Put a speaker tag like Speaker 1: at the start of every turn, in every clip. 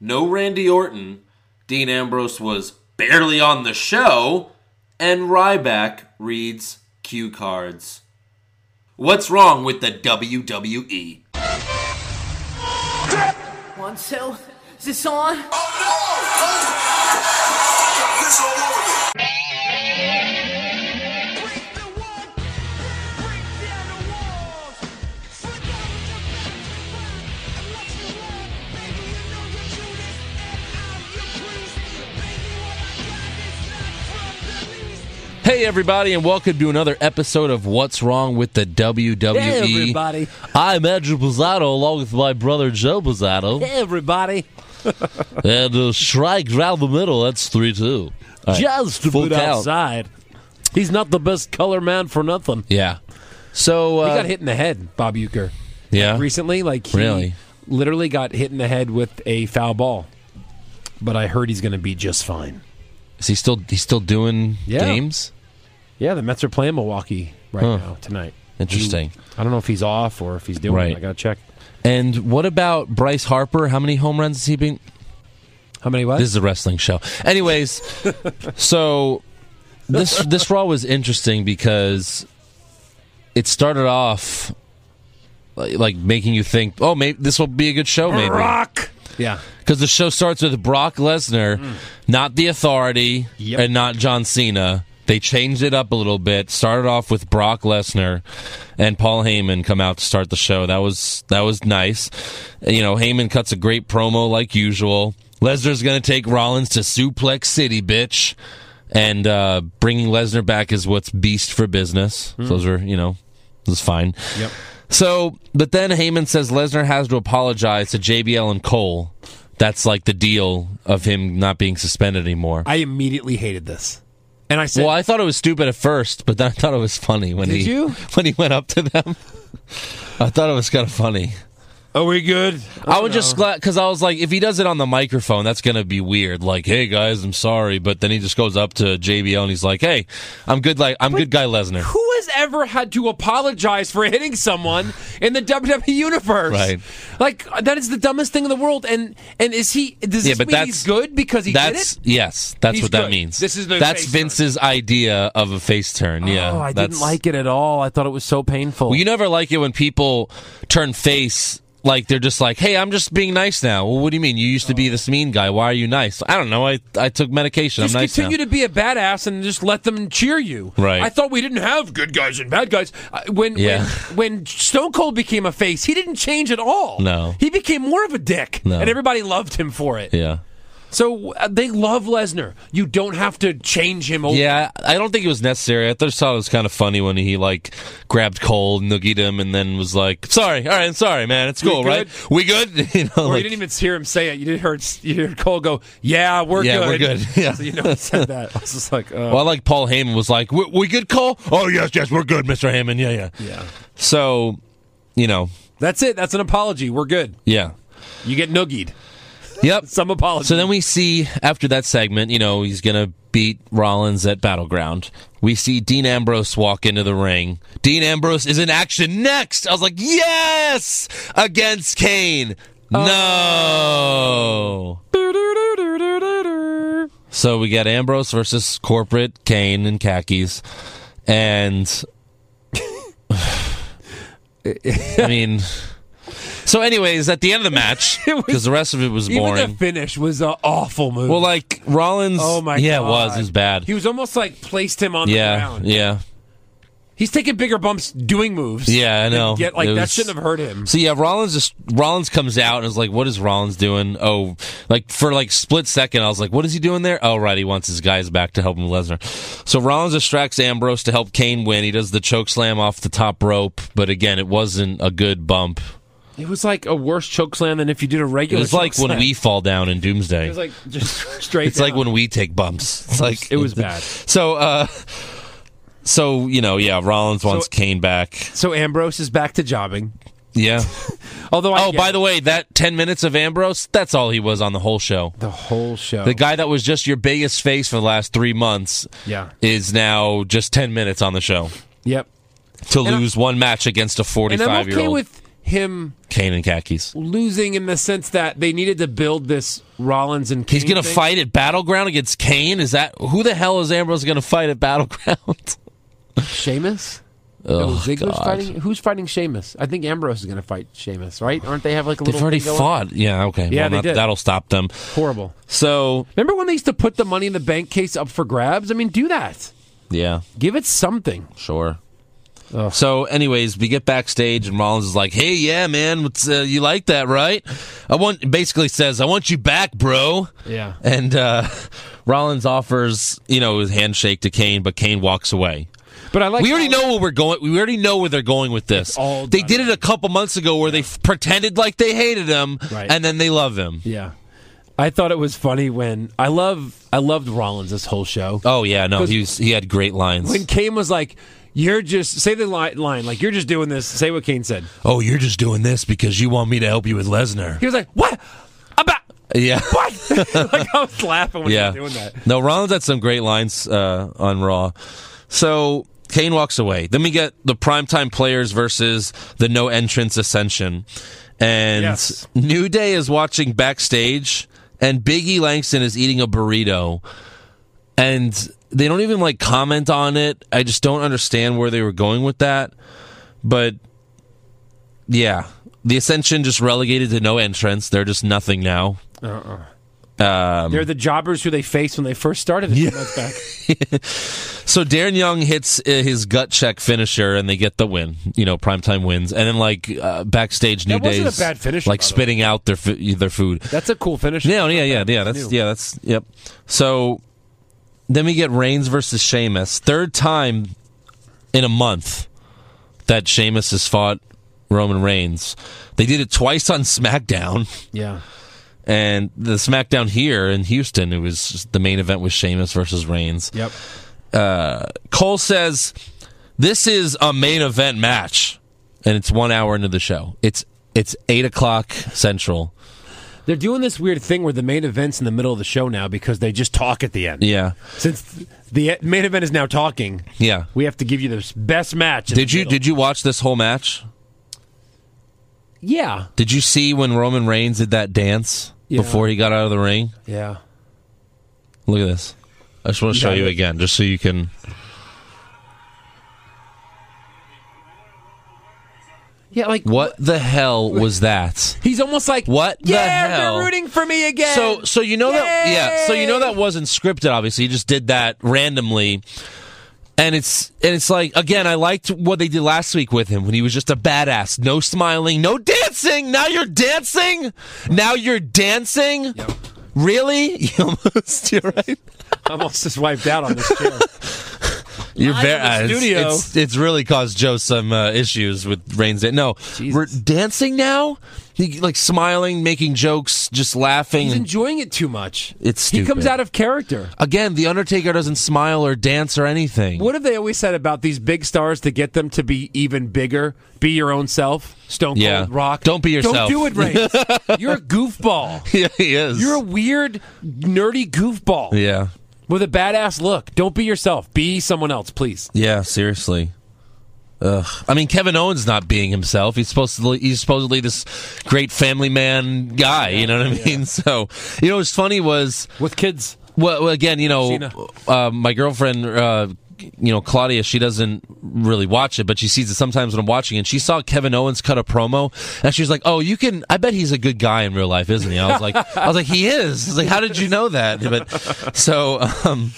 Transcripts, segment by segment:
Speaker 1: no Randy Orton. Dean Ambrose was barely on the show, and Ryback reads cue cards. What's wrong with the E? WWE?
Speaker 2: One, two, is this on?
Speaker 3: Hey, everybody, and welcome to another episode of What's Wrong with the WWE.
Speaker 4: Hey, everybody.
Speaker 3: I'm Andrew Blazzato, along with my brother Joe Blazzato.
Speaker 4: Hey, everybody.
Speaker 3: and uh, strike round the middle, that's 3 2.
Speaker 4: Just to
Speaker 3: full
Speaker 4: put
Speaker 3: count.
Speaker 4: outside. He's not the best color man for nothing.
Speaker 3: Yeah. So, uh,
Speaker 4: he got hit in the head, Bob Euchre.
Speaker 3: Yeah.
Speaker 4: Recently, like he
Speaker 3: Really?
Speaker 4: literally got hit in the head with a foul ball. But I heard he's going to be just fine.
Speaker 3: Is he still, he's still doing
Speaker 4: Yeah.
Speaker 3: games?
Speaker 4: Yeah, the Mets are playing Milwaukee right now tonight.
Speaker 3: Interesting.
Speaker 4: I don't know if he's off or if he's doing
Speaker 3: Right.
Speaker 4: it. I got to check.
Speaker 3: And what about Bryce Harper? How many home runs has he been?
Speaker 4: How many was?
Speaker 3: This is a wrestling show. Anyways, so this this Raw was interesting because it started off like, like making you think, oh, maybe this will be a good show, maybe.
Speaker 4: Rock. Yeah.
Speaker 3: Because the show starts with Brock Lesnar, not the authority,
Speaker 4: Yep.
Speaker 3: and not John Cena. They changed it up a little bit. Started off with Brock Lesnar and Paul Heyman come out to start the show. That was that was nice. You know, Heyman cuts a great promo like usual. Lesnar's going to take Rollins to Suplex City, bitch, and uh, bringing Lesnar back is what's beast for business. Those are you know, this is fine.
Speaker 4: Yep.
Speaker 3: So, but then Heyman says Lesnar has to apologize to JBL and Cole. That's like the deal of him not being suspended anymore.
Speaker 4: I immediately hated this. And I said,
Speaker 3: well, I thought it was stupid at first, but then I thought it was funny when
Speaker 4: Did
Speaker 3: he
Speaker 4: you?
Speaker 3: when he went up to them. I thought it was kind of funny.
Speaker 4: Are we good?
Speaker 3: I was
Speaker 4: Oh.
Speaker 3: just glad because I was like, if he does it on the microphone, that's gonna be weird. Like, hey guys, I'm sorry, but then he just goes up to JBL and he's like, hey, I'm good. Like, I'm good guy Lesnar.
Speaker 4: Who has ever had to apologize for hitting someone in the WWE universe?
Speaker 3: Right.
Speaker 4: Like that is the dumbest thing in the world. And and is he? Does
Speaker 3: Yeah,
Speaker 4: this
Speaker 3: but
Speaker 4: mean
Speaker 3: that's-
Speaker 4: he's good because he
Speaker 3: That's
Speaker 4: did it?
Speaker 3: yes. That's
Speaker 4: He's
Speaker 3: what that
Speaker 4: good.
Speaker 3: means.
Speaker 4: This is the
Speaker 3: that's
Speaker 4: face turn.
Speaker 3: Vince's idea of a face turn. Yeah,
Speaker 4: oh, I
Speaker 3: that's,
Speaker 4: didn't like it at all. I thought it was so painful.
Speaker 3: Well, you never like it when people turn face. Like they're just like, hey, I'm just being nice now. Well, what do you mean? You used to be this mean guy. Why are you nice? I don't know. I I took medication.
Speaker 4: just
Speaker 3: I'm nice
Speaker 4: continue
Speaker 3: now.
Speaker 4: to be a badass and just let them cheer you.
Speaker 3: Right.
Speaker 4: I thought we didn't have good guys and bad guys. I- When
Speaker 3: Yeah.
Speaker 4: when, when Stone Cold became a face, he didn't change at all.
Speaker 3: No.
Speaker 4: He became more of a dick,
Speaker 3: No.
Speaker 4: and everybody loved him for it.
Speaker 3: yeah.
Speaker 4: So uh, they love Lesnar. You don't have to change him over.
Speaker 3: Yeah, I don't think it was necessary. I just thought it was kind of funny when he like grabbed Cole, noogied him, and then was like, "Sorry, all right, I'm sorry, man. It's cool,
Speaker 4: good?
Speaker 3: right? We good? you know,
Speaker 4: Or
Speaker 3: like,
Speaker 4: you didn't even hear him say it. You did hear you heard Cole go, "Yeah, we're
Speaker 3: Yeah,
Speaker 4: good.
Speaker 3: we're good. Yeah.
Speaker 4: So you know he said that. I was just like, uh,
Speaker 3: well, I like Paul Heyman was like, we, "We good, Cole? Oh yes, yes, we're good, Mister Heyman. Yeah, yeah,
Speaker 4: yeah.
Speaker 3: So, you know,
Speaker 4: That's it. That's an apology. We're good.
Speaker 3: yeah,
Speaker 4: You get noogied.
Speaker 3: yep.
Speaker 4: Some apology.
Speaker 3: So then we see after that segment, you know, he's going to beat Rollins at Battleground. We see Dean Ambrose walk into the ring. Dean Ambrose is in action next. I was like, yes, against Kane. No. So we got Ambrose versus corporate Kane and khakis. And I mean, so, anyways, at the end of the match, because the rest of it was
Speaker 4: even
Speaker 3: boring.
Speaker 4: the finish was an awful move.
Speaker 3: Well, like Rollins.
Speaker 4: oh my,
Speaker 3: yeah,
Speaker 4: God.
Speaker 3: it was. It was bad.
Speaker 4: He was almost like placed him on the
Speaker 3: yeah,
Speaker 4: ground.
Speaker 3: yeah,
Speaker 4: He's taking bigger bumps doing moves.
Speaker 3: yeah. I
Speaker 4: than
Speaker 3: know.
Speaker 4: Get like
Speaker 3: It
Speaker 4: that
Speaker 3: was-
Speaker 4: shouldn't have hurt him.
Speaker 3: So yeah, Rollins just Rollins comes out and is like, "What is Rollins doing?" Oh, like for like split second, I was like, "What is he doing there?" Oh, right, he wants his guys back to help him with Lesnar. So Rollins distracts Ambrose to help Kane win. He does the choke slam off the top rope, but again, it wasn't a good bump.
Speaker 4: It was like a worse chokeslam than if you did a
Speaker 3: It
Speaker 4: regular.
Speaker 3: was like when
Speaker 4: chokeslam.
Speaker 3: we fall down in Doomsday.
Speaker 4: It was like just straight.
Speaker 3: It's like
Speaker 4: down.
Speaker 3: when we take bumps. It's like
Speaker 4: it was bad.
Speaker 3: So, uh, so you know, yeah, Rollins wants
Speaker 4: So-
Speaker 3: Kane back.
Speaker 4: So Ambrose is back to jobbing.
Speaker 3: Yeah.
Speaker 4: Although, I
Speaker 3: Oh,
Speaker 4: get
Speaker 3: by
Speaker 4: it.
Speaker 3: the way, that 10 minutes of Ambrose, that's all he was on the whole show.
Speaker 4: the whole show,
Speaker 3: The guy that was just your biggest face for the last three months
Speaker 4: Yeah.
Speaker 3: is now just 10 minutes on the show
Speaker 4: Yep.
Speaker 3: to
Speaker 4: And I-
Speaker 3: lose one match against a
Speaker 4: And I'm
Speaker 3: 45
Speaker 4: okay
Speaker 3: year old.
Speaker 4: with him
Speaker 3: Kane and khakis.
Speaker 4: losing in the sense that they needed to build this Rollins and Kane
Speaker 3: He's going to
Speaker 4: thing.
Speaker 3: fight at Battleground against Kane. Is that who the hell is Ambrose going to fight at Battleground?
Speaker 4: Sheamus.
Speaker 3: Oh,
Speaker 4: no, Ziggler's
Speaker 3: God.
Speaker 4: fighting. Who's fighting Sheamus? I think Ambrose is going to fight Sheamus, right? Aren't they have like a
Speaker 3: They've
Speaker 4: little?
Speaker 3: already
Speaker 4: thing going?
Speaker 3: fought. Yeah, okay.
Speaker 4: Yeah,
Speaker 3: well,
Speaker 4: they
Speaker 3: that-
Speaker 4: did.
Speaker 3: That'll stop them.
Speaker 4: Horrible.
Speaker 3: So,
Speaker 4: Remember when they used to put the money in the bank case up for grabs? I mean, do that.
Speaker 3: yeah.
Speaker 4: Give it something.
Speaker 3: Sure. So, anyways, we get backstage, and Rollins is like, "Hey, yeah, man, what's, uh, you like that, right? I want." Basically, says, "I want you back, bro."
Speaker 4: Yeah.
Speaker 3: And uh, Rollins offers, you know, his handshake to Kane, but Kane walks away.
Speaker 4: But I like.
Speaker 3: We already know where we're going. We already know where they're going with this.
Speaker 4: all
Speaker 3: They
Speaker 4: done.
Speaker 3: did it a couple months ago, where they f- pretended like they hated him,
Speaker 4: Right.
Speaker 3: and then they love him.
Speaker 4: Yeah. I thought it was funny when I love I loved Rollins this whole show.
Speaker 3: Oh yeah, no, he was, he had great lines.
Speaker 4: When Kane was like, "You're just say the li- line like you're just doing this." Say what Kane said.
Speaker 3: oh, you're just doing this because you want me to help you with Lesnar.
Speaker 4: He was like, "What about
Speaker 3: Yeah.
Speaker 4: what?" like I was laughing when
Speaker 3: yeah.
Speaker 4: he was doing that.
Speaker 3: No, Rollins had some great lines uh, on Raw. So Kane walks away. Then we get the primetime players versus the no entrance ascension. And
Speaker 4: Yes.
Speaker 3: New Day is watching backstage, and Biggie Langston is eating a burrito. And they don't even like comment on it. I just don't understand where they were going with that. But yeah, the Ascension just relegated to no entrance. They're just nothing now. Um,
Speaker 4: They're the jobbers who they faced when they first started. Yeah. back.
Speaker 3: So Darren Young hits uh, his gut check finisher, and they get the win. You know, primetime wins, and then like uh, backstage, New
Speaker 4: That wasn't a
Speaker 3: Days,
Speaker 4: bad finisher,
Speaker 3: like
Speaker 4: by the
Speaker 3: spitting out their fu- their food.
Speaker 4: That's a cool finish.
Speaker 3: Yeah, yeah, yeah, yeah. That's yeah, that's yep. So then we get Reigns versus Sheamus, third time in a month that Sheamus has fought Roman Reigns. They did it twice on SmackDown.
Speaker 4: Yeah.
Speaker 3: And the SmackDown here in Houston, it was just- the main event was Sheamus versus Reigns.
Speaker 4: Yep.
Speaker 3: Cole says, "This is a main event match, and it's one hour into the show. It's it's eight o'clock central.
Speaker 4: They're doing this weird thing where the main event's in the middle of the show now because they just talk at the end.
Speaker 3: Yeah,
Speaker 4: Since the main event is now talking,
Speaker 3: yeah.
Speaker 4: we have to give you the best match. in
Speaker 3: Did
Speaker 4: the
Speaker 3: you
Speaker 4: middle.
Speaker 3: did you watch this whole match?
Speaker 4: Yeah.
Speaker 3: Did you see when Roman Reigns did that dance
Speaker 4: Yeah.
Speaker 3: before he got out of the ring?
Speaker 4: Yeah.
Speaker 3: Look at this. I just want to show
Speaker 4: got
Speaker 3: you
Speaker 4: it.
Speaker 3: again, just so you can.
Speaker 4: Yeah, like
Speaker 3: What the hell was that?
Speaker 4: He's almost like
Speaker 3: What the
Speaker 4: Yeah,
Speaker 3: hell?"
Speaker 4: they're rooting for me again.
Speaker 3: So so you know that
Speaker 4: Yay!
Speaker 3: yeah, so you know that wasn't scripted obviously. He just did that randomly. And it's and it's like again, I liked what they did last week with him when he was just a badass. No smiling, no dancing. Now you're dancing? Now you're dancing? Really? You almost you're right.
Speaker 4: I'm almost just wiped out on this chair.
Speaker 3: You're very uh,
Speaker 4: in the studio.
Speaker 3: It's, it's really caused Joe some uh, issues with Reigns. No, we're dancing now. He, like smiling, making jokes, just laughing.
Speaker 4: He's enjoying it too much.
Speaker 3: Mm. It's
Speaker 4: He comes
Speaker 3: stupid.
Speaker 4: out of character.
Speaker 3: Again, the Undertaker doesn't smile or dance or anything.
Speaker 4: What have they always said about these big stars to get them to be even bigger? Be your own self. Stone Cold
Speaker 3: Yeah.
Speaker 4: Rock.
Speaker 3: Don't be yourself.
Speaker 4: Don't do it, Reigns. You're a goofball.
Speaker 3: Yeah, he is.
Speaker 4: You're a weird, nerdy goofball
Speaker 3: yeah,
Speaker 4: with a badass look. Don't be yourself. Be someone else, please.
Speaker 3: yeah. Seriously. Ugh. I mean, Kevin Owens not being himself. He's supposed to. He's supposedly this great family man guy. you know what I mean? So, you know, what's funny was
Speaker 4: With kids.
Speaker 3: well, well, again, you know, uh, my girlfriend, uh, you know, Claudia, she doesn't really watch it, but she sees it sometimes when I'm watching. And she saw Kevin Owens cut a promo, and she's like, "Oh, you can." I bet he's a good guy in real life, isn't he? I was like, I was like, he is. I was like, how did you know that? But so, um,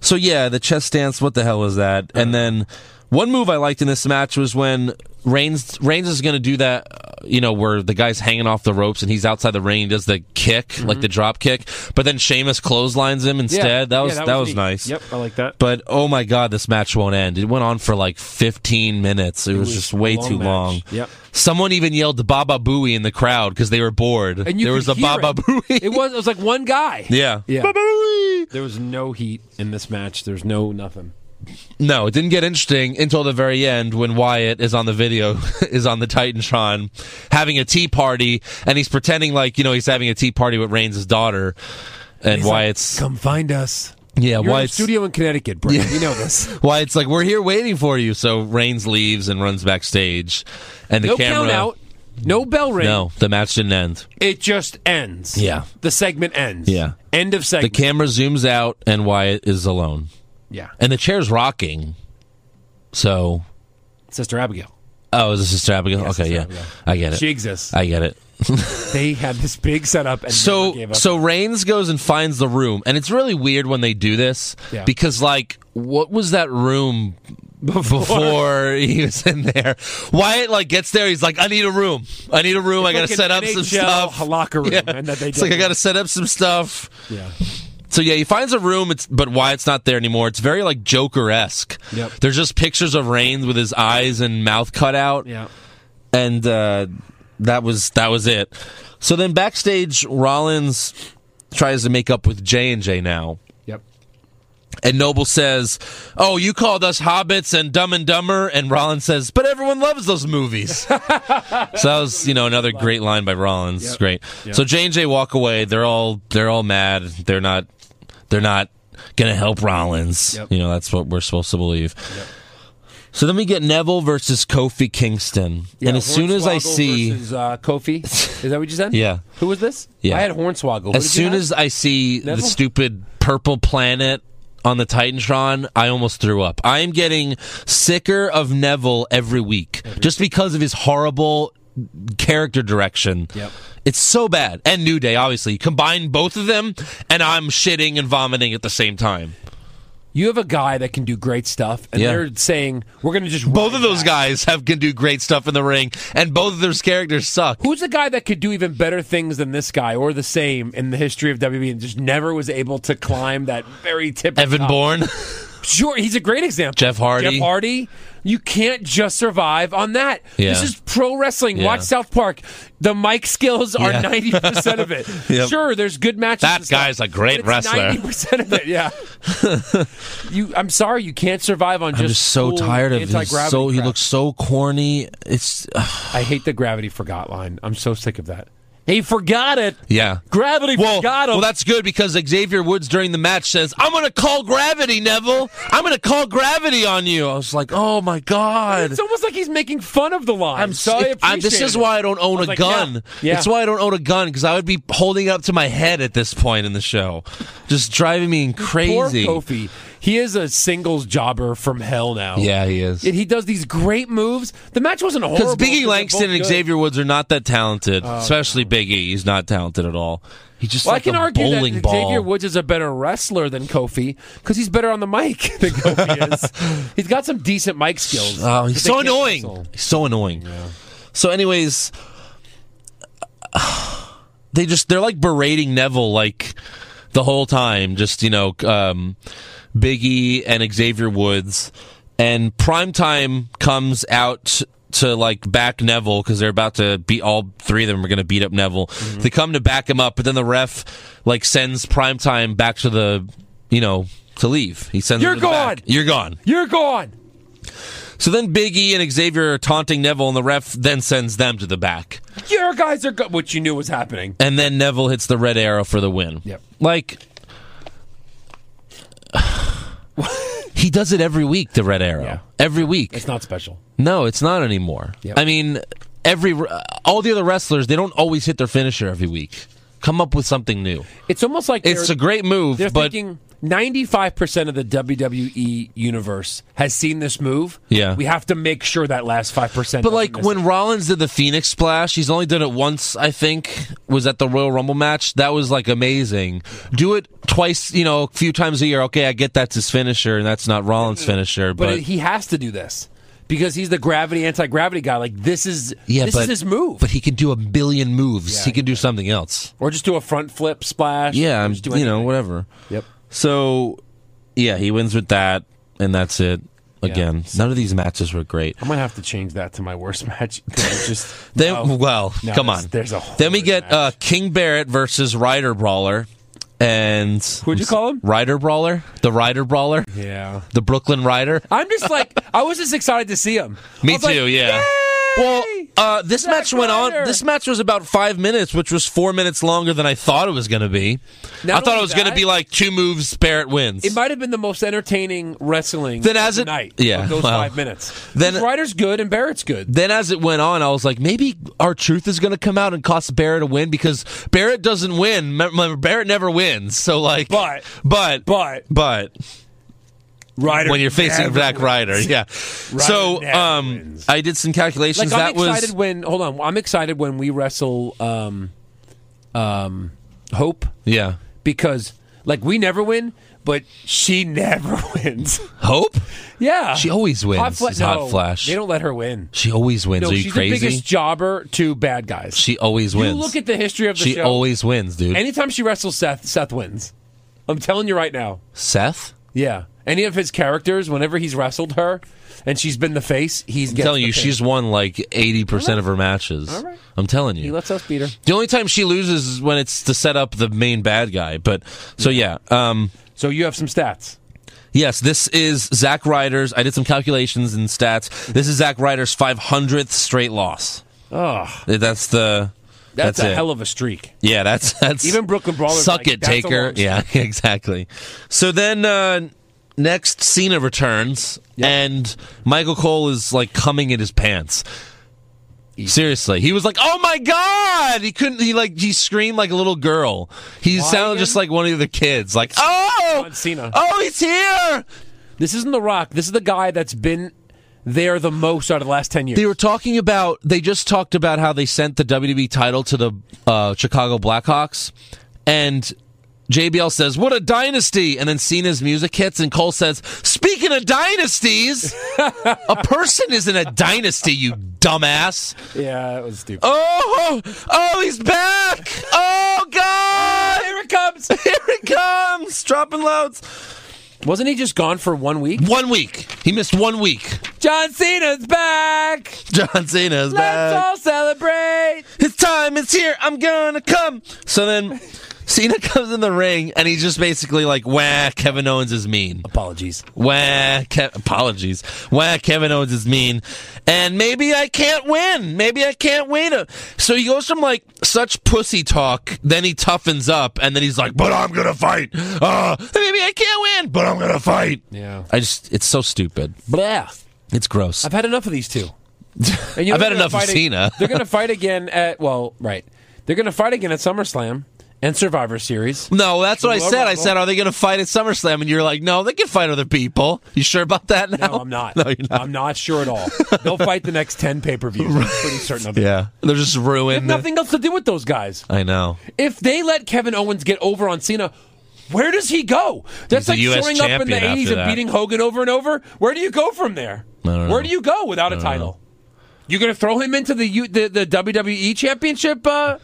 Speaker 3: so yeah, the chest dance. What the hell was that? And then. One move I liked in this match was when Reigns Reigns is going to do that, uh, you know, where the guy's hanging off the ropes and he's outside the ring and does the kick,
Speaker 4: Mm-hmm.
Speaker 3: like the drop kick, but then Sheamus clotheslines him instead. That was that, was,
Speaker 4: neat.
Speaker 3: nice.
Speaker 4: Yep, I like that.
Speaker 3: But oh my god, this match won't end. It went on for like 15 minutes. It, was,
Speaker 4: was
Speaker 3: just
Speaker 4: a
Speaker 3: way
Speaker 4: long
Speaker 3: too
Speaker 4: match.
Speaker 3: long.
Speaker 4: Yep.
Speaker 3: Someone even yelled Baba Booey in the crowd because they were bored.
Speaker 4: And you
Speaker 3: there
Speaker 4: could
Speaker 3: was a
Speaker 4: hear
Speaker 3: Baba
Speaker 4: it.
Speaker 3: Booey.
Speaker 4: It was it was like one guy.
Speaker 3: yeah.
Speaker 4: Yeah.
Speaker 3: Baba Booey.
Speaker 4: There was no heat in this match. There's no nothing.
Speaker 3: No, it didn't get interesting until the very end when Wyatt is on the video, is on the Titantron, having a tea party, and he's pretending like you know he's having a tea party with Reigns' daughter, and Wyatt's
Speaker 4: Come find us.
Speaker 3: yeah,
Speaker 4: You're in a
Speaker 3: Wyatt's
Speaker 4: studio in Connecticut, Brent. You know this.
Speaker 3: Wyatt's like we're here waiting for you. So Reigns leaves and runs backstage, and the
Speaker 4: No
Speaker 3: camera
Speaker 4: count out. No bell ring.
Speaker 3: No, the match didn't end.
Speaker 4: It just ends.
Speaker 3: Yeah.
Speaker 4: The segment ends.
Speaker 3: Yeah.
Speaker 4: End of
Speaker 3: The
Speaker 4: segment.
Speaker 3: camera zooms out, and Wyatt is alone,
Speaker 4: yeah.
Speaker 3: and the chair's rocking. So,
Speaker 4: Sister Abigail.
Speaker 3: oh, is this Sister Abigail? okay,
Speaker 4: Sister
Speaker 3: yeah,
Speaker 4: Abigail.
Speaker 3: I get it.
Speaker 4: She exists.
Speaker 3: I get it.
Speaker 4: they had this big setup and never
Speaker 3: So
Speaker 4: gave up.
Speaker 3: so Reigns goes and finds the room, and it's really weird when they do this
Speaker 4: Yeah.
Speaker 3: because like what was that room before. he was in there? Wyatt like gets there, he's like, I need a room, I need a room, I gotta
Speaker 4: Like an
Speaker 3: set up some
Speaker 4: NHL
Speaker 3: stuff.
Speaker 4: Locker room,
Speaker 3: Yeah.
Speaker 4: and that they
Speaker 3: It's like I
Speaker 4: did.
Speaker 3: gotta set up some stuff.
Speaker 4: Yeah.
Speaker 3: So yeah, he finds a room. It's but Wyatt's not there anymore. It's very like Joker esque.
Speaker 4: Yep.
Speaker 3: There's just pictures of Reigns with his eyes and mouth cut out
Speaker 4: Yeah.
Speaker 3: and uh, that was that was it. So then backstage, Rollins tries to make up with J and J now,
Speaker 4: Yep.
Speaker 3: and Noble says, "Oh, you called us hobbits and Dumb and Dumber," and Rollins says, "But everyone loves those movies." so that was you know another great line by Rollins.
Speaker 4: Yep.
Speaker 3: Great. So J and J walk away. They're all they're all mad. They're not they're not gonna help Rollins.
Speaker 4: Yep.
Speaker 3: You know that's what we're supposed to believe. So then we get Neville versus Kofi Kingston, and as soon as I see.
Speaker 4: versus, uh, Kofi, is that what you said?
Speaker 3: Yeah.
Speaker 4: Who was this?
Speaker 3: Yeah.
Speaker 4: I had Hornswoggle. What did
Speaker 3: As
Speaker 4: you
Speaker 3: soon
Speaker 4: have?
Speaker 3: as I see the
Speaker 4: Neville?
Speaker 3: stupid purple planet on the Titantron, I almost threw up. I am getting sicker of Neville every week just because of his horrible character direction.
Speaker 4: Yep.
Speaker 3: It's so bad. And New Day, obviously. Combine both of them, and I'm shitting and vomiting at the same time.
Speaker 4: you have a guy that can do great stuff, and
Speaker 3: Yeah.
Speaker 4: they're saying we're going to just
Speaker 3: Both
Speaker 4: ride
Speaker 3: of those
Speaker 4: that."
Speaker 3: guys have can do great stuff in the ring, and both of those characters suck.
Speaker 4: Who's the guy that could do even better things than this guy, or the same in the history of WWE, and just never was able to climb that very tip? of
Speaker 3: Evan
Speaker 4: top?
Speaker 3: Bourne.
Speaker 4: Sure, he's a great example.
Speaker 3: Jeff Hardy.
Speaker 4: Jeff Hardy. You can't just survive on that.
Speaker 3: Yeah.
Speaker 4: This is pro wrestling.
Speaker 3: Yeah.
Speaker 4: Watch South Park. The mic skills
Speaker 3: Yeah.
Speaker 4: are ninety percent of it.
Speaker 3: Yep.
Speaker 4: Sure, there's good matches.
Speaker 3: That
Speaker 4: and stuff,
Speaker 3: guy's a great
Speaker 4: but it's
Speaker 3: wrestler.
Speaker 4: Ninety percent of it. Yeah. you. I'm sorry, you can't survive on just.
Speaker 3: I'm just so
Speaker 4: cool
Speaker 3: tired of his
Speaker 4: anti-gravity
Speaker 3: so he
Speaker 4: crap.
Speaker 3: looks so corny. It's uh,
Speaker 4: I hate the gravity forgot line. I'm so sick of that. He forgot it.
Speaker 3: yeah.
Speaker 4: Gravity
Speaker 3: Well,
Speaker 4: forgot him.
Speaker 3: well, that's good because Xavier Woods during the match says, "I'm going to call gravity, Neville. I'm going to call gravity on you." I was like, "Oh my god."
Speaker 4: It's almost like he's making fun of the line.
Speaker 3: I'm
Speaker 4: so I
Speaker 3: it- I- this
Speaker 4: appreciated
Speaker 3: is
Speaker 4: it.
Speaker 3: why I don't own a
Speaker 4: was like,
Speaker 3: gun.
Speaker 4: yeah, yeah.
Speaker 3: It's why I don't own a gun because I would be holding it up to my head at this point in the show, just driving me crazy.
Speaker 4: Poor Kofi. He is a singles jobber from hell now.
Speaker 3: Yeah, he is.
Speaker 4: And he does these great moves. The match wasn't
Speaker 3: Because
Speaker 4: horrible.
Speaker 3: Biggie
Speaker 4: they're
Speaker 3: Langston
Speaker 4: both
Speaker 3: and
Speaker 4: good. Oh,
Speaker 3: Xavier Woods are not that talented, especially Biggie. He's not talented at all. He's just
Speaker 4: Well,
Speaker 3: like
Speaker 4: I can
Speaker 3: a
Speaker 4: argue that
Speaker 3: bowling ball.
Speaker 4: Xavier Woods is a better wrestler than Kofi because he's better on the mic than Kofi is. He's got some decent mic skills.
Speaker 3: Oh, he's
Speaker 4: but they
Speaker 3: so
Speaker 4: can't
Speaker 3: annoying.
Speaker 4: wrestle.
Speaker 3: He's so annoying. So, anyways, they just they're like berating Neville like the whole time. Just you know, um, Biggie and Xavier Woods, and Primetime comes out. To like back Neville because they're about to beat all three of them are going to beat up Neville.
Speaker 4: Mm-hmm.
Speaker 3: They come to back him up, but then the ref like sends Primetime back to the you know to leave. He sends
Speaker 4: You're
Speaker 3: him to the back.
Speaker 4: gone!
Speaker 3: You're gone.
Speaker 4: You're gone.
Speaker 3: So then Big E and Xavier are taunting Neville, and the ref then sends them to the back.
Speaker 4: Your guys are good. Which you knew was happening.
Speaker 3: And then Neville hits the red arrow for the win.
Speaker 4: Yep.
Speaker 3: Like, he does it every week, the red arrow.
Speaker 4: Yeah.
Speaker 3: Every week.
Speaker 4: It's not special.
Speaker 3: no, it's not anymore.
Speaker 4: Yep.
Speaker 3: I mean, every all the other wrestlers, they don't always hit their finisher every week. Come up with something new.
Speaker 4: It's almost like
Speaker 3: It's
Speaker 4: they're-
Speaker 3: a great move,
Speaker 4: They're
Speaker 3: but
Speaker 4: thinking 95% of the WWE universe has seen this move.
Speaker 3: Yeah.
Speaker 4: We have to make sure that last 5%.
Speaker 3: But
Speaker 4: doesn't
Speaker 3: like
Speaker 4: miss
Speaker 3: when
Speaker 4: it.
Speaker 3: Rollins did the Phoenix Splash, he's only done it once, I think, was at the Royal Rumble match. That was like amazing. Do it twice, you know, a few times a year. Okay, I get that's his finisher and that's not Rollins' finisher,
Speaker 4: But
Speaker 3: Mm-hmm. but,
Speaker 4: he has to do this because he's the gravity, anti gravity guy. Like this is,
Speaker 3: yeah,
Speaker 4: this
Speaker 3: but
Speaker 4: is his move.
Speaker 3: But he can do a billion moves.
Speaker 4: Yeah,
Speaker 3: he
Speaker 4: he
Speaker 3: can do something else.
Speaker 4: or just do a front flip splash.
Speaker 3: Yeah,
Speaker 4: or
Speaker 3: I'm,
Speaker 4: just do
Speaker 3: you know,
Speaker 4: anything.
Speaker 3: whatever.
Speaker 4: Yep.
Speaker 3: So, yeah, he wins with that, and that's it. Again, none of these matches were great.
Speaker 4: I might have to change that to my worst match. 'cause I Just
Speaker 3: Then,
Speaker 4: no.
Speaker 3: well,
Speaker 4: No,
Speaker 3: come
Speaker 4: there's-
Speaker 3: on.
Speaker 4: There's a
Speaker 3: Then we get
Speaker 4: horrid match.
Speaker 3: uh, King Barrett versus Ryder Brawler, and
Speaker 4: Who'd you call him?
Speaker 3: Ryder Brawler, the Ryder Brawler,
Speaker 4: yeah.
Speaker 3: the Brooklyn Ryder.
Speaker 4: I'm just like I was just excited to see him.
Speaker 3: Me
Speaker 4: I was like,
Speaker 3: too. yeah. Well,
Speaker 4: "Yay!"
Speaker 3: Uh, this
Speaker 4: Zack
Speaker 3: match went
Speaker 4: Ryder.
Speaker 3: on. This match was about five minutes, which was four minutes longer than I thought it was going to be.
Speaker 4: Not
Speaker 3: I thought
Speaker 4: only
Speaker 3: it was going to
Speaker 4: that-
Speaker 3: be like two moves, Barrett wins.
Speaker 4: It might have been the most entertaining wrestling
Speaker 3: Then as
Speaker 4: of
Speaker 3: it-
Speaker 4: the night.
Speaker 3: yeah,
Speaker 4: of those
Speaker 3: well,
Speaker 4: five minutes.
Speaker 3: then-
Speaker 4: Then Ryder's good and Barrett's good.
Speaker 3: then as it went on, I was like, maybe our truth is going to come out and cost Barrett a win because Barrett doesn't win. Me- Remember, Barrett never wins. So like,
Speaker 4: But-
Speaker 3: but
Speaker 4: But
Speaker 3: but
Speaker 4: Ryder,
Speaker 3: when you're facing
Speaker 4: never
Speaker 3: Zack
Speaker 4: wins.
Speaker 3: Ryder, yeah. so
Speaker 4: never
Speaker 3: um,
Speaker 4: wins.
Speaker 3: I did some calculations.
Speaker 4: Like
Speaker 3: that
Speaker 4: I'm
Speaker 3: was
Speaker 4: excited when hold on, I'm excited when we wrestle um, um, Hope
Speaker 3: yeah.
Speaker 4: because like we never win, but she never wins.
Speaker 3: Hope
Speaker 4: yeah,
Speaker 3: She always wins,
Speaker 4: Fla-
Speaker 3: is Hot
Speaker 4: no,
Speaker 3: Flash.
Speaker 4: They don't let her win.
Speaker 3: she always wins.
Speaker 4: No,
Speaker 3: Are you
Speaker 4: she's
Speaker 3: crazy?
Speaker 4: the biggest jobber to bad guys.
Speaker 3: she always
Speaker 4: you
Speaker 3: wins.
Speaker 4: look at the history of the
Speaker 3: she
Speaker 4: show.
Speaker 3: always wins, dude.
Speaker 4: Anytime she wrestles Seth, Seth wins. I'm telling you right now.
Speaker 3: Seth.
Speaker 4: Yeah. Any of his characters, whenever he's wrestled her and she's been the face, he's
Speaker 3: I'm telling you, she's won like 80% of her matches.
Speaker 4: right.
Speaker 3: I'm telling you.
Speaker 4: He lets us beat her.
Speaker 3: the only time she loses is when it's to set up the main bad guy. But so yeah, um,
Speaker 4: So you have some stats.
Speaker 3: yes, this is Zack Ryder's. I did some calculations and stats. This is Zack Ryder's 500th straight loss.
Speaker 4: Oh,
Speaker 3: That's the.
Speaker 4: that's,
Speaker 3: That's,
Speaker 4: a
Speaker 3: it.
Speaker 4: hell of a streak.
Speaker 3: Yeah, that's that's
Speaker 4: Even Brooklyn Brawler's
Speaker 3: Suck
Speaker 4: like,
Speaker 3: it,
Speaker 4: "That's a
Speaker 3: Taker.
Speaker 4: long
Speaker 3: Yeah, exactly. So then uh, next Cena returns and Michael Cole is like coming in his pants. Seriously, he was like, "Oh my god!" He couldn't. He like he screamed like a little girl. He sounded just like one of the kids. Like, "Oh,
Speaker 4: John Cena.
Speaker 3: Oh, he's here!"
Speaker 4: This isn't The Rock. This is the guy that's been there the most out of the last 10 years.
Speaker 3: They were talking about. They just talked about how they sent the WWE title to the uh, Chicago Blackhawks, and JBL says, "What a dynasty!" And then Cena's music hits, and Cole says, "Speaking of dynasties, a person isn't a dynasty, you dumbass."
Speaker 4: yeah, that was stupid.
Speaker 3: Oh, oh, oh, he's back! Oh God!
Speaker 4: Here it comes.
Speaker 3: Here it comes, dropping loads.
Speaker 4: Wasn't he just gone for one week?
Speaker 3: One week. He missed one week.
Speaker 4: John Cena's back.
Speaker 3: John Cena's
Speaker 4: Let's
Speaker 3: back.
Speaker 4: all celebrate.
Speaker 3: His time is here. I'm gonna come. So then Cena comes in the ring and he's just basically like, wah, Kevin Owens is mean.
Speaker 4: Apologies.
Speaker 3: Wah, Ke- apologies. Wah, Kevin Owens is mean. And maybe I can't win. Maybe I can't win. a-" So he goes from like such pussy talk, then he toughens up, and then he's like, but I'm gonna fight. Uh, maybe I can't win, but I'm gonna fight.
Speaker 4: Yeah.
Speaker 3: I just, it's so stupid.
Speaker 4: Blah.
Speaker 3: It's gross.
Speaker 4: I've had enough of these two.
Speaker 3: I've had
Speaker 4: And you know they're gonna
Speaker 3: enough of
Speaker 4: fight ag-
Speaker 3: Cena.
Speaker 4: they're going to fight again at well, right. They're going to fight again at SummerSlam and Survivor Series.
Speaker 3: No, that's what I
Speaker 4: Royal
Speaker 3: said. I
Speaker 4: Rumble.
Speaker 3: said, are they going to fight at SummerSlam? And you're like, no, they can fight other people. You sure about that now?
Speaker 4: No, I'm not.
Speaker 3: No, you're not.
Speaker 4: I'm not sure at all. They'll fight the next ten pay per views. I'm pretty certain of it.
Speaker 3: Yeah. They're just ruined.
Speaker 4: Nothing else to do with those guys.
Speaker 3: I know.
Speaker 4: If they let Kevin Owens get over on Cena, where does he go? That's
Speaker 3: He's the
Speaker 4: like
Speaker 3: US
Speaker 4: showing up in the
Speaker 3: champion after
Speaker 4: '80s and
Speaker 3: that.
Speaker 4: beating Hogan over and over. Where do you go from there?
Speaker 3: don't know.
Speaker 4: Where do you go without a title? You're going to throw him into the U- the, the WWE Championship? Uh,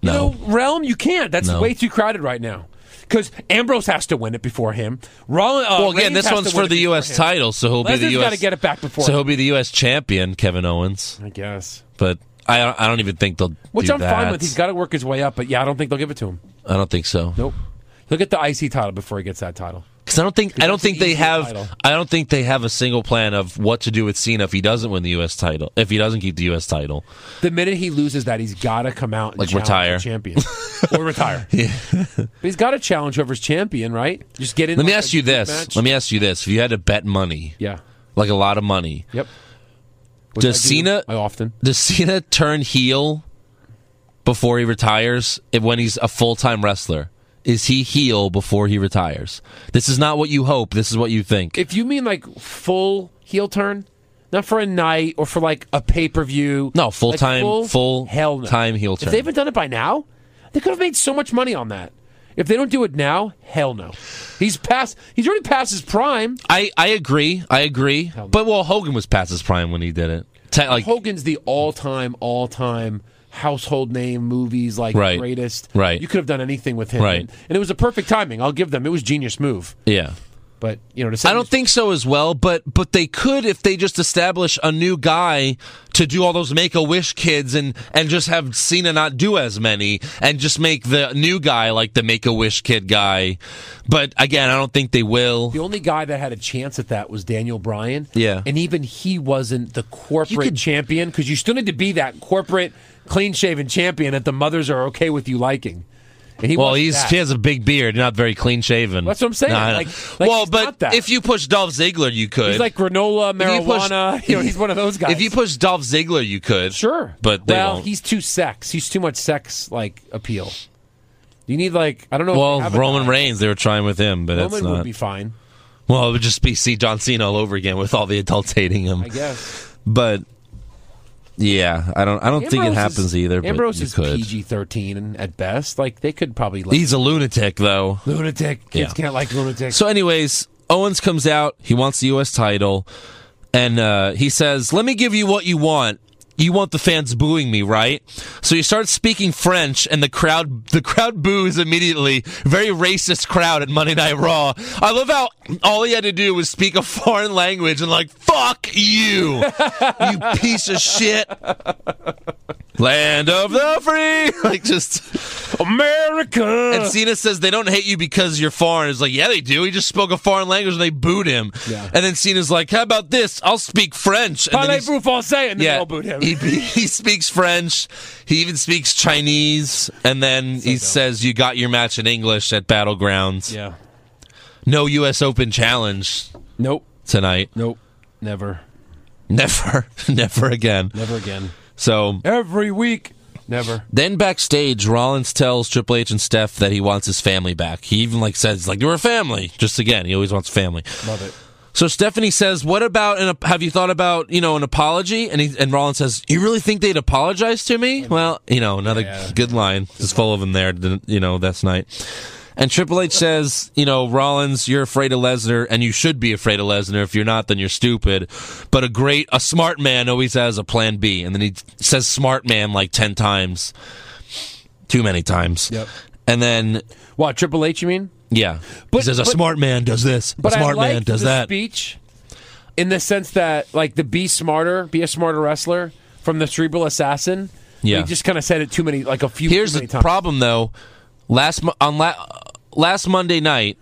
Speaker 4: you
Speaker 3: No.
Speaker 4: know, uh, realm. You can't. That's
Speaker 3: No.
Speaker 4: way too crowded right now. Because Ambrose has to win it before him. Rollin, uh,
Speaker 3: Well, again,
Speaker 4: Reigns
Speaker 3: this
Speaker 4: has
Speaker 3: one's
Speaker 4: to win
Speaker 3: for
Speaker 4: it
Speaker 3: the
Speaker 4: before
Speaker 3: U.S.
Speaker 4: him.
Speaker 3: title, so he'll be the
Speaker 4: Lesnar's
Speaker 3: U.S.
Speaker 4: got to get it back before.
Speaker 3: so he'll
Speaker 4: him.
Speaker 3: be the U.S. champion, Kevin Owens.
Speaker 4: I guess.
Speaker 3: But I don't, I don't even think they'll
Speaker 4: Which
Speaker 3: do
Speaker 4: I'm
Speaker 3: that.
Speaker 4: fine with. He's got to work his way up, but yeah, I don't think they'll give it to him.
Speaker 3: I don't think so.
Speaker 4: Nope. He'll get the IC title before he gets that title.
Speaker 3: Because I don't think I don't
Speaker 4: that's an
Speaker 3: think they
Speaker 4: easier
Speaker 3: have
Speaker 4: title.
Speaker 3: I don't think they have a single plan of what to do with Cena if he doesn't win the U.S. title if he doesn't keep the U.S. title.
Speaker 4: The minute he loses that, he's got to come out and
Speaker 3: Like,
Speaker 4: challenge
Speaker 3: retire.
Speaker 4: the champion or retire. But he's got to challenge whoever's champion, right? Just get in.
Speaker 3: Let me
Speaker 4: like,
Speaker 3: ask
Speaker 4: a
Speaker 3: you
Speaker 4: group
Speaker 3: this.
Speaker 4: match.
Speaker 3: Let me ask you this. If you had to bet money,
Speaker 4: yeah.
Speaker 3: like a lot of money,
Speaker 4: Yep. Which
Speaker 3: Does
Speaker 4: I do.
Speaker 3: Cena-
Speaker 4: I often.
Speaker 3: does Cena turn heel before he retires if- when he's a full time wrestler? Is he heel before he retires? This is not what you hope. This is what you think.
Speaker 4: If you mean like full heel turn, not for a night or for like a pay per view.
Speaker 3: No, full-time-
Speaker 4: full hell no.
Speaker 3: full-time heel
Speaker 4: If
Speaker 3: turn.
Speaker 4: they haven't done it by now, they could have made so much money on that. If they don't do it now, hell no. He's past. He's already past his prime.
Speaker 3: I, I agree. I agree. But well, Hogan was past his prime when he did it. Te- like
Speaker 4: Hogan's the all-time, all-time household name movies like
Speaker 3: Right.
Speaker 4: greatest.
Speaker 3: Right.
Speaker 4: You could have done anything with him,
Speaker 3: Right.
Speaker 4: And it was a perfect timing. I'll give them. It was genius move.
Speaker 3: yeah,
Speaker 4: But you know, to say
Speaker 3: I don't think so as well, but but they could if they just establish a new guy to do all those Make a Wish kids and and just have Cena not do as many and just make the new guy like the Make a Wish kid guy. But again, I don't think they will.
Speaker 4: the only guy that had a chance at that was Daniel Bryan.
Speaker 3: Yeah.
Speaker 4: and even he wasn't the corporate champion because you still need to be that corporate, clean-shaven champion that the mothers are okay with you liking. And he
Speaker 3: Well,
Speaker 4: wasn't
Speaker 3: he's
Speaker 4: that.
Speaker 3: he has a big beard, not very clean shaven.
Speaker 4: That's what I'm saying.
Speaker 3: I know.
Speaker 4: Like- like,
Speaker 3: well,
Speaker 4: he's
Speaker 3: but
Speaker 4: not that.
Speaker 3: if you push Dolph Ziggler, you could.
Speaker 4: He's like granola,
Speaker 3: If you push-
Speaker 4: marijuana. you know, he's one of those guys.
Speaker 3: If you push Dolph Ziggler, you could.
Speaker 4: Sure,
Speaker 3: but they
Speaker 4: well,
Speaker 3: won't.
Speaker 4: he's too sex. He's too much sex like appeal. You need like I don't know. if we
Speaker 3: well,
Speaker 4: have a
Speaker 3: Roman
Speaker 4: guy.
Speaker 3: Reigns, they were trying with him, but that's
Speaker 4: Roman
Speaker 3: not.
Speaker 4: would be fine,
Speaker 3: well, it would just be see John Cena all over again with all the adults hating him.
Speaker 4: I guess.
Speaker 3: But yeah, I don't. I don't think it
Speaker 4: Ambrose is-
Speaker 3: happens either.
Speaker 4: Ambrose
Speaker 3: but you
Speaker 4: is
Speaker 3: could.
Speaker 4: PG thirteen at best. Like they could probably like
Speaker 3: He's a lunatic, though.
Speaker 4: lunatic. Kids
Speaker 3: Yeah.
Speaker 4: can't like lunatics.
Speaker 3: So, anyways, Owens comes out. He wants the U.S. title, and uh, he says, "Let me give you what you want. You want the fans booing me, right?" So he starts speaking French, and the crowd the crowd boos immediately. Very racist crowd at Monday Night Raw. I love how all he had to do was speak a foreign language and like, "Fuck you, you piece of shit." Land of the free, like just
Speaker 4: America.
Speaker 3: and Cena says they don't hate you because you're foreign. It's like, yeah, they do. He just spoke a foreign language and they booed him.
Speaker 4: Yeah.
Speaker 3: And then Cena's like, how about this? I'll speak French. And then he's-
Speaker 4: Parlez-vous français? And then
Speaker 3: yeah,
Speaker 4: they'll boot him.
Speaker 3: He, he speaks French. He even speaks Chinese. And then he says, you got your match in English at Battlegrounds.
Speaker 4: yeah.
Speaker 3: No U.S. Open challenge
Speaker 4: Nope.
Speaker 3: tonight.
Speaker 4: Nope. Never.
Speaker 3: Never, never again.
Speaker 4: Never again.
Speaker 3: So
Speaker 4: Every week. Never.
Speaker 3: Then backstage, Rollins tells Triple H and Steph that he wants his family back. He even like says like you're a family. Just again, he always wants family.
Speaker 4: Love it.
Speaker 3: So Stephanie says, "What about an? Have you thought about you know an apology?" And he, and Rollins says, "You really think they'd apologize to me?" Well, you know, another
Speaker 4: Yeah.
Speaker 3: good line is full of them there. didn't- You know, that's night. And Triple H says, "You know, Rollins, you're afraid of Lesnar, and you should be afraid of Lesnar. If you're not, then you're stupid. But a great, a smart man always has a plan B." And then he says, "Smart man," like ten times, too many times.
Speaker 4: Yep.
Speaker 3: And then,
Speaker 4: What Triple H? You mean?
Speaker 3: yeah, he
Speaker 4: But-
Speaker 3: says, "A
Speaker 4: but-
Speaker 3: smart man does this. A
Speaker 4: But
Speaker 3: smart
Speaker 4: I liked
Speaker 3: man does
Speaker 4: the
Speaker 3: that."
Speaker 4: speech in the sense that like the be smarter, be a smarter wrestler from the cerebral assassin.
Speaker 3: Yeah.
Speaker 4: he just kind of said it too many, like a few.
Speaker 3: Here's
Speaker 4: too
Speaker 3: the
Speaker 4: many times.
Speaker 3: problem, though. Last mo- on la- last Monday night,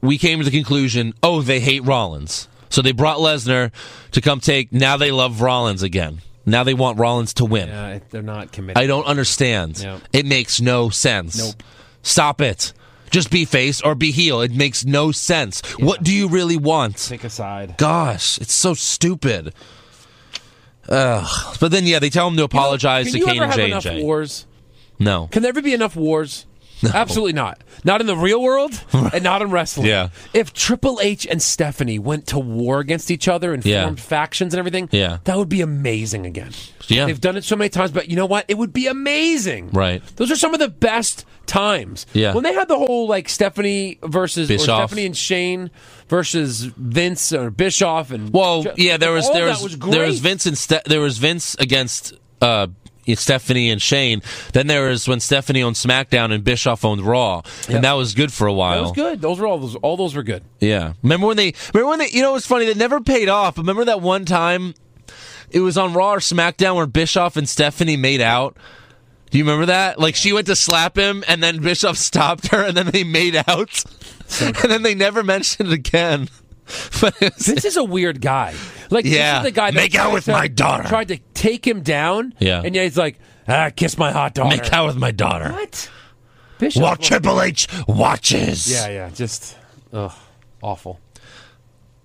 Speaker 3: we came to the conclusion: oh, they hate Rollins, so they brought Lesnar to come take. Now they love Rollins again. Now they want Rollins to win.
Speaker 4: Uh, they're not committed.
Speaker 3: I don't understand.
Speaker 4: Yeah.
Speaker 3: It makes no sense.
Speaker 4: Nope.
Speaker 3: Stop it. Just be face or be heel. It makes no sense. What do you really want?
Speaker 4: Take a side.
Speaker 3: Gosh, it's so stupid. Ugh. But then, yeah, they tell him to apologize
Speaker 4: Can you
Speaker 3: to Kane
Speaker 4: ever
Speaker 3: and
Speaker 4: have
Speaker 3: J and
Speaker 4: enough
Speaker 3: J.
Speaker 4: wars?
Speaker 3: No.
Speaker 4: Can there ever be enough wars? Absolutely not. Not in the real world and not in wrestling.
Speaker 3: Yeah.
Speaker 4: If Triple H and Stephanie went to war against each other and
Speaker 3: Yeah.
Speaker 4: formed factions and everything,
Speaker 3: Yeah.
Speaker 4: that would be amazing again.
Speaker 3: Yeah.
Speaker 4: They've done it so many times, but you know what? It would be amazing.
Speaker 3: Right.
Speaker 4: Those are some of the best times.
Speaker 3: Yeah.
Speaker 4: When they had the whole like Stephanie versus or
Speaker 3: Bischoff.
Speaker 4: Stephanie and Shane versus Vince or Bischoff and
Speaker 3: Well, yeah, there was
Speaker 4: all
Speaker 3: there was,
Speaker 4: that was
Speaker 3: there was
Speaker 4: great.
Speaker 3: Vince and Ste- there was Vince against uh, Stephanie and Shane. Then there was when Stephanie owned SmackDown and Bischoff owned Raw, and that was good for a while.
Speaker 4: That was good. Those were all those all those were good.
Speaker 3: Yeah, remember when they remember when they you know it's funny that never paid off. but Remember that one time it was on Raw or SmackDown where Bischoff and Stephanie made out. Do you remember that? Like she went to slap him, and then Bischoff stopped her, and then they made out, and then they never mentioned it again. But it was,
Speaker 4: Vince is a weird guy. Like,
Speaker 3: Yeah.
Speaker 4: this is the guy that
Speaker 3: Make out
Speaker 4: tried
Speaker 3: with
Speaker 4: to-
Speaker 3: my daughter.
Speaker 4: Tried to take him down.
Speaker 3: Yeah.
Speaker 4: and yet he's like, ah, kiss my hot daughter.
Speaker 3: make out with my daughter.
Speaker 4: What? Bishop.
Speaker 3: While Triple H watches.
Speaker 4: Yeah, yeah, just ugh, awful.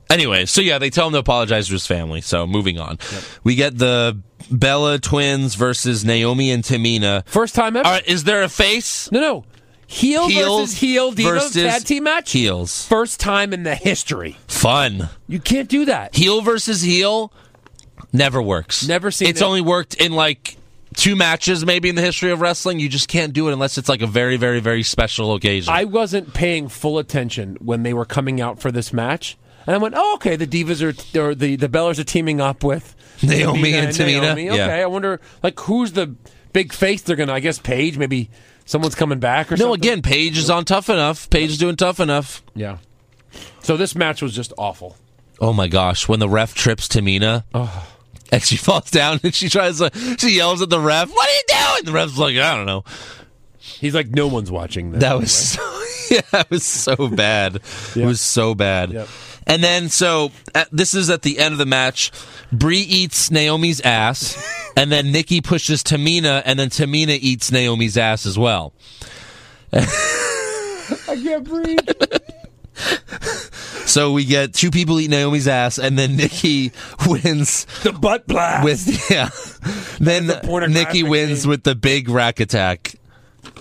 Speaker 3: Anyway, so yeah, they tell him to apologize to his family. So moving on, we get the Bella twins versus Naomi and Tamina.
Speaker 4: First time ever.
Speaker 3: All right, is there a face?
Speaker 4: No, no. Heel
Speaker 3: Heels
Speaker 4: versus heel Divas
Speaker 3: versus
Speaker 4: tag team match.
Speaker 3: Heels.
Speaker 4: First time in the history.
Speaker 3: Fun.
Speaker 4: You can't do that.
Speaker 3: Heel versus heel never works.
Speaker 4: Never seen
Speaker 3: It's
Speaker 4: it.
Speaker 3: only worked in like two matches maybe in the history of wrestling. You just can't do it unless it's like a very very very special occasion.
Speaker 4: I wasn't paying full attention when they were coming out for this match, and I went, "Oh, okay. The Divas are or the the Bellas are teaming up with
Speaker 3: Naomi and Tamina.
Speaker 4: Naomi.
Speaker 3: Yeah.
Speaker 4: Okay, I wonder like who's the big face they're gonna? I guess Paige. Maybe someone's coming back or
Speaker 3: no,
Speaker 4: something.
Speaker 3: again, Paige is on Tough Enough. Paige is doing Tough Enough.
Speaker 4: yeah. So this match was just awful.
Speaker 3: Oh my gosh, when the ref trips Tamina and she falls down and she tries to, she yells at the ref, "What are you doing?" The ref's like, "I don't know."
Speaker 4: He's like, no one's watching this.
Speaker 3: That was so, yeah, that was so bad. It was so bad.
Speaker 4: Yep.
Speaker 3: And then so at, this is at the end of the match. Brie eats Naomi's ass, and then Nikki pushes Tamina, and then Tamina eats Naomi's ass as well.
Speaker 4: I can't breathe.
Speaker 3: So we get two people eat Naomi's ass, and then Nikki wins
Speaker 4: the butt blast.
Speaker 3: with yeah. Then Nikki
Speaker 4: pornographic
Speaker 3: wins
Speaker 4: thing.
Speaker 3: with the big rack attack,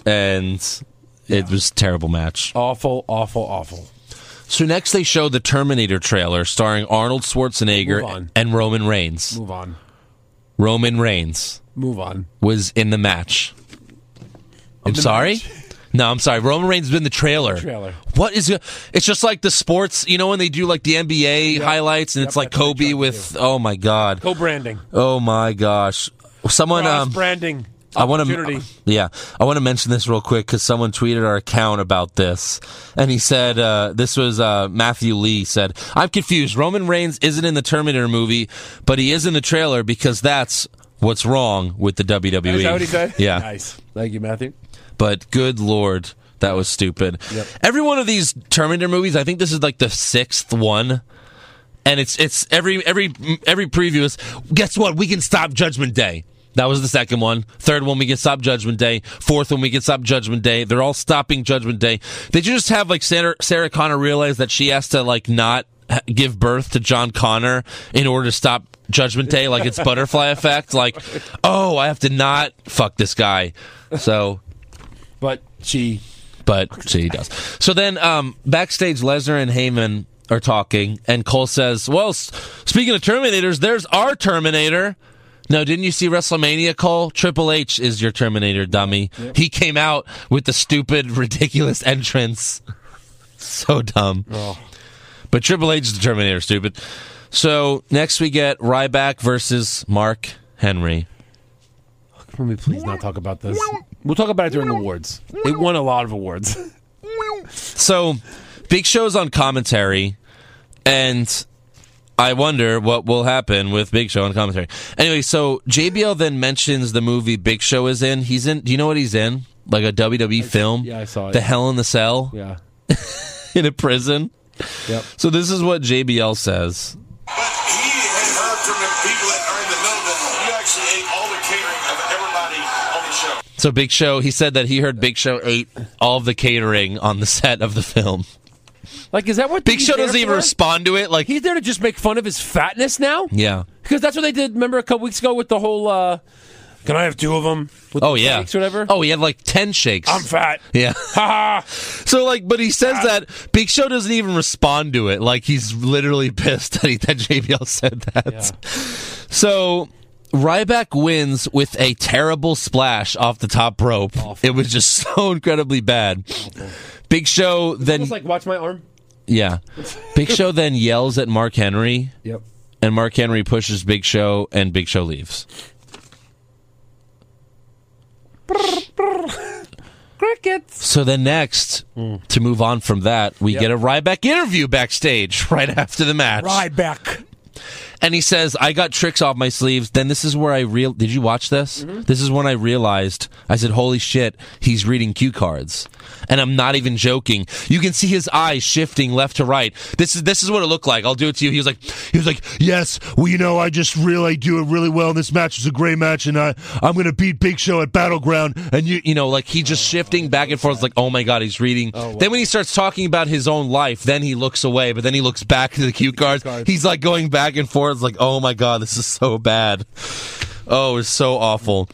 Speaker 3: and it was a terrible match.
Speaker 4: awful, awful, awful.
Speaker 3: So next they show the Terminator trailer starring Arnold
Speaker 4: Move on.
Speaker 3: Schwarzenegger and Roman Reigns.
Speaker 4: Move on.
Speaker 3: Roman Reigns
Speaker 4: Move on.
Speaker 3: was in the match. I'm
Speaker 4: the
Speaker 3: sorry.
Speaker 4: match.
Speaker 3: No, I'm sorry. Roman Reigns has been the trailer.
Speaker 4: Trailer.
Speaker 3: What is it? It's just like the sports, you know, when they do like the NBA highlights and it's like
Speaker 4: that's what
Speaker 3: Kobe
Speaker 4: they tried to
Speaker 3: with, oh my God.
Speaker 4: Co-branding.
Speaker 3: Oh my gosh. Someone, um,
Speaker 4: Cross-branding.
Speaker 3: I want
Speaker 4: Opportunity.
Speaker 3: to, yeah, I want to mention this real quick because someone tweeted our account about this, and he said uh, this was uh, Matthew Lee said I'm confused. Roman Reigns isn't in the Terminator movie, but he is in the trailer because that's what's wrong with the WWE.
Speaker 4: Is that what he said?
Speaker 3: Yeah,
Speaker 4: Nice. Thank you, Matthew.
Speaker 3: but good lord, that was stupid. Every one of these Terminator movies, I think this is like the sixth one. And it's it's every every every preview is guess what we can stop Judgment Day. That was the second one. Third one we can stop Judgment Day. Fourth one we can stop Judgment Day. They're all stopping Judgment Day. Did you just have like Sarah, Sarah Connor realize that she has to like not ha- give birth to John Connor in order to stop Judgment Day? Like it's butterfly effect. Like oh I have to not fuck this guy. So
Speaker 4: But she
Speaker 3: but she does. So then, um, backstage, Lesnar and Heyman are talking, and Cole says, "Well, s- speaking of Terminators, there's our Terminator." No, didn't you see WrestleMania, Cole? Triple H is your Terminator, dummy. He came out with the stupid, ridiculous entrance. so dumb. But Triple H is the Terminator, stupid. So next we get Ryback versus Mark Henry.
Speaker 4: Can we please not talk about this? We'll talk about it during awards. It won a lot of awards.
Speaker 3: So, Big Show's on commentary, and I wonder what will happen with Big Show on commentary. Anyway, so JBL then mentions the movie Big Show is in. He's in. Do you know what he's in? Like a WWE film.
Speaker 4: yeah, I saw it.
Speaker 3: The Hell in the Cell
Speaker 4: Yeah.
Speaker 3: in a prison.
Speaker 4: Yep.
Speaker 3: So this is what JBL says.
Speaker 5: But he and her from the people that are in the middle of it, you actually ate all the catering of everybody on the show.
Speaker 3: So Big Show, he said that he heard Big Show ate all of the catering on the set of the film.
Speaker 4: Like, is that what
Speaker 3: Big
Speaker 4: he's
Speaker 3: Show
Speaker 4: there
Speaker 3: doesn't even
Speaker 4: for?
Speaker 3: respond to it. Like,
Speaker 4: He's there to just make fun of his fatness now?
Speaker 3: yeah.
Speaker 4: Because that's what they did, remember, a couple weeks ago with the whole, uh, can I have two of them? With
Speaker 3: Oh
Speaker 4: the
Speaker 3: yeah.
Speaker 4: shakes or whatever?
Speaker 3: Oh, he had like ten shakes.
Speaker 4: I'm fat.
Speaker 3: yeah.
Speaker 4: Ha ha.
Speaker 3: So like, but he says that Big Show doesn't even respond to it. Like he's literally pissed that he, that JBL said that. So Ryback wins with a terrible splash off the top rope. It was just so incredibly bad. Big Show then
Speaker 4: Just like, watch my arm.
Speaker 3: yeah, Big Show then yells at Mark Henry,
Speaker 4: Yep.
Speaker 3: and Mark Henry pushes Big Show, and Big Show leaves.
Speaker 4: Crickets.
Speaker 3: So then next, to move on from that, we get a Ryback interview backstage right after the match.
Speaker 4: Ryback.
Speaker 3: and he says, "I got tricks off my sleeves." Then this is where I real. Did you watch this? This is when I realized. I said, "Holy shit, he's reading cue cards," and I'm not even joking. You can see his eyes shifting left to right. This is this is what it looked like. I'll do it to you. He was like, he was like, "Yes, well, you know, I just really do it really well in this match. It's a great match, and I I'm gonna beat Big Show at Battleground." And you you know, like he just shifting back and forth. Like, oh my god, he's reading. Then when he starts talking about his own life, then he looks away, but then he looks back to the cue cards. He's like going back and forth. Like, oh my god, this is so bad. Oh, it's so awful.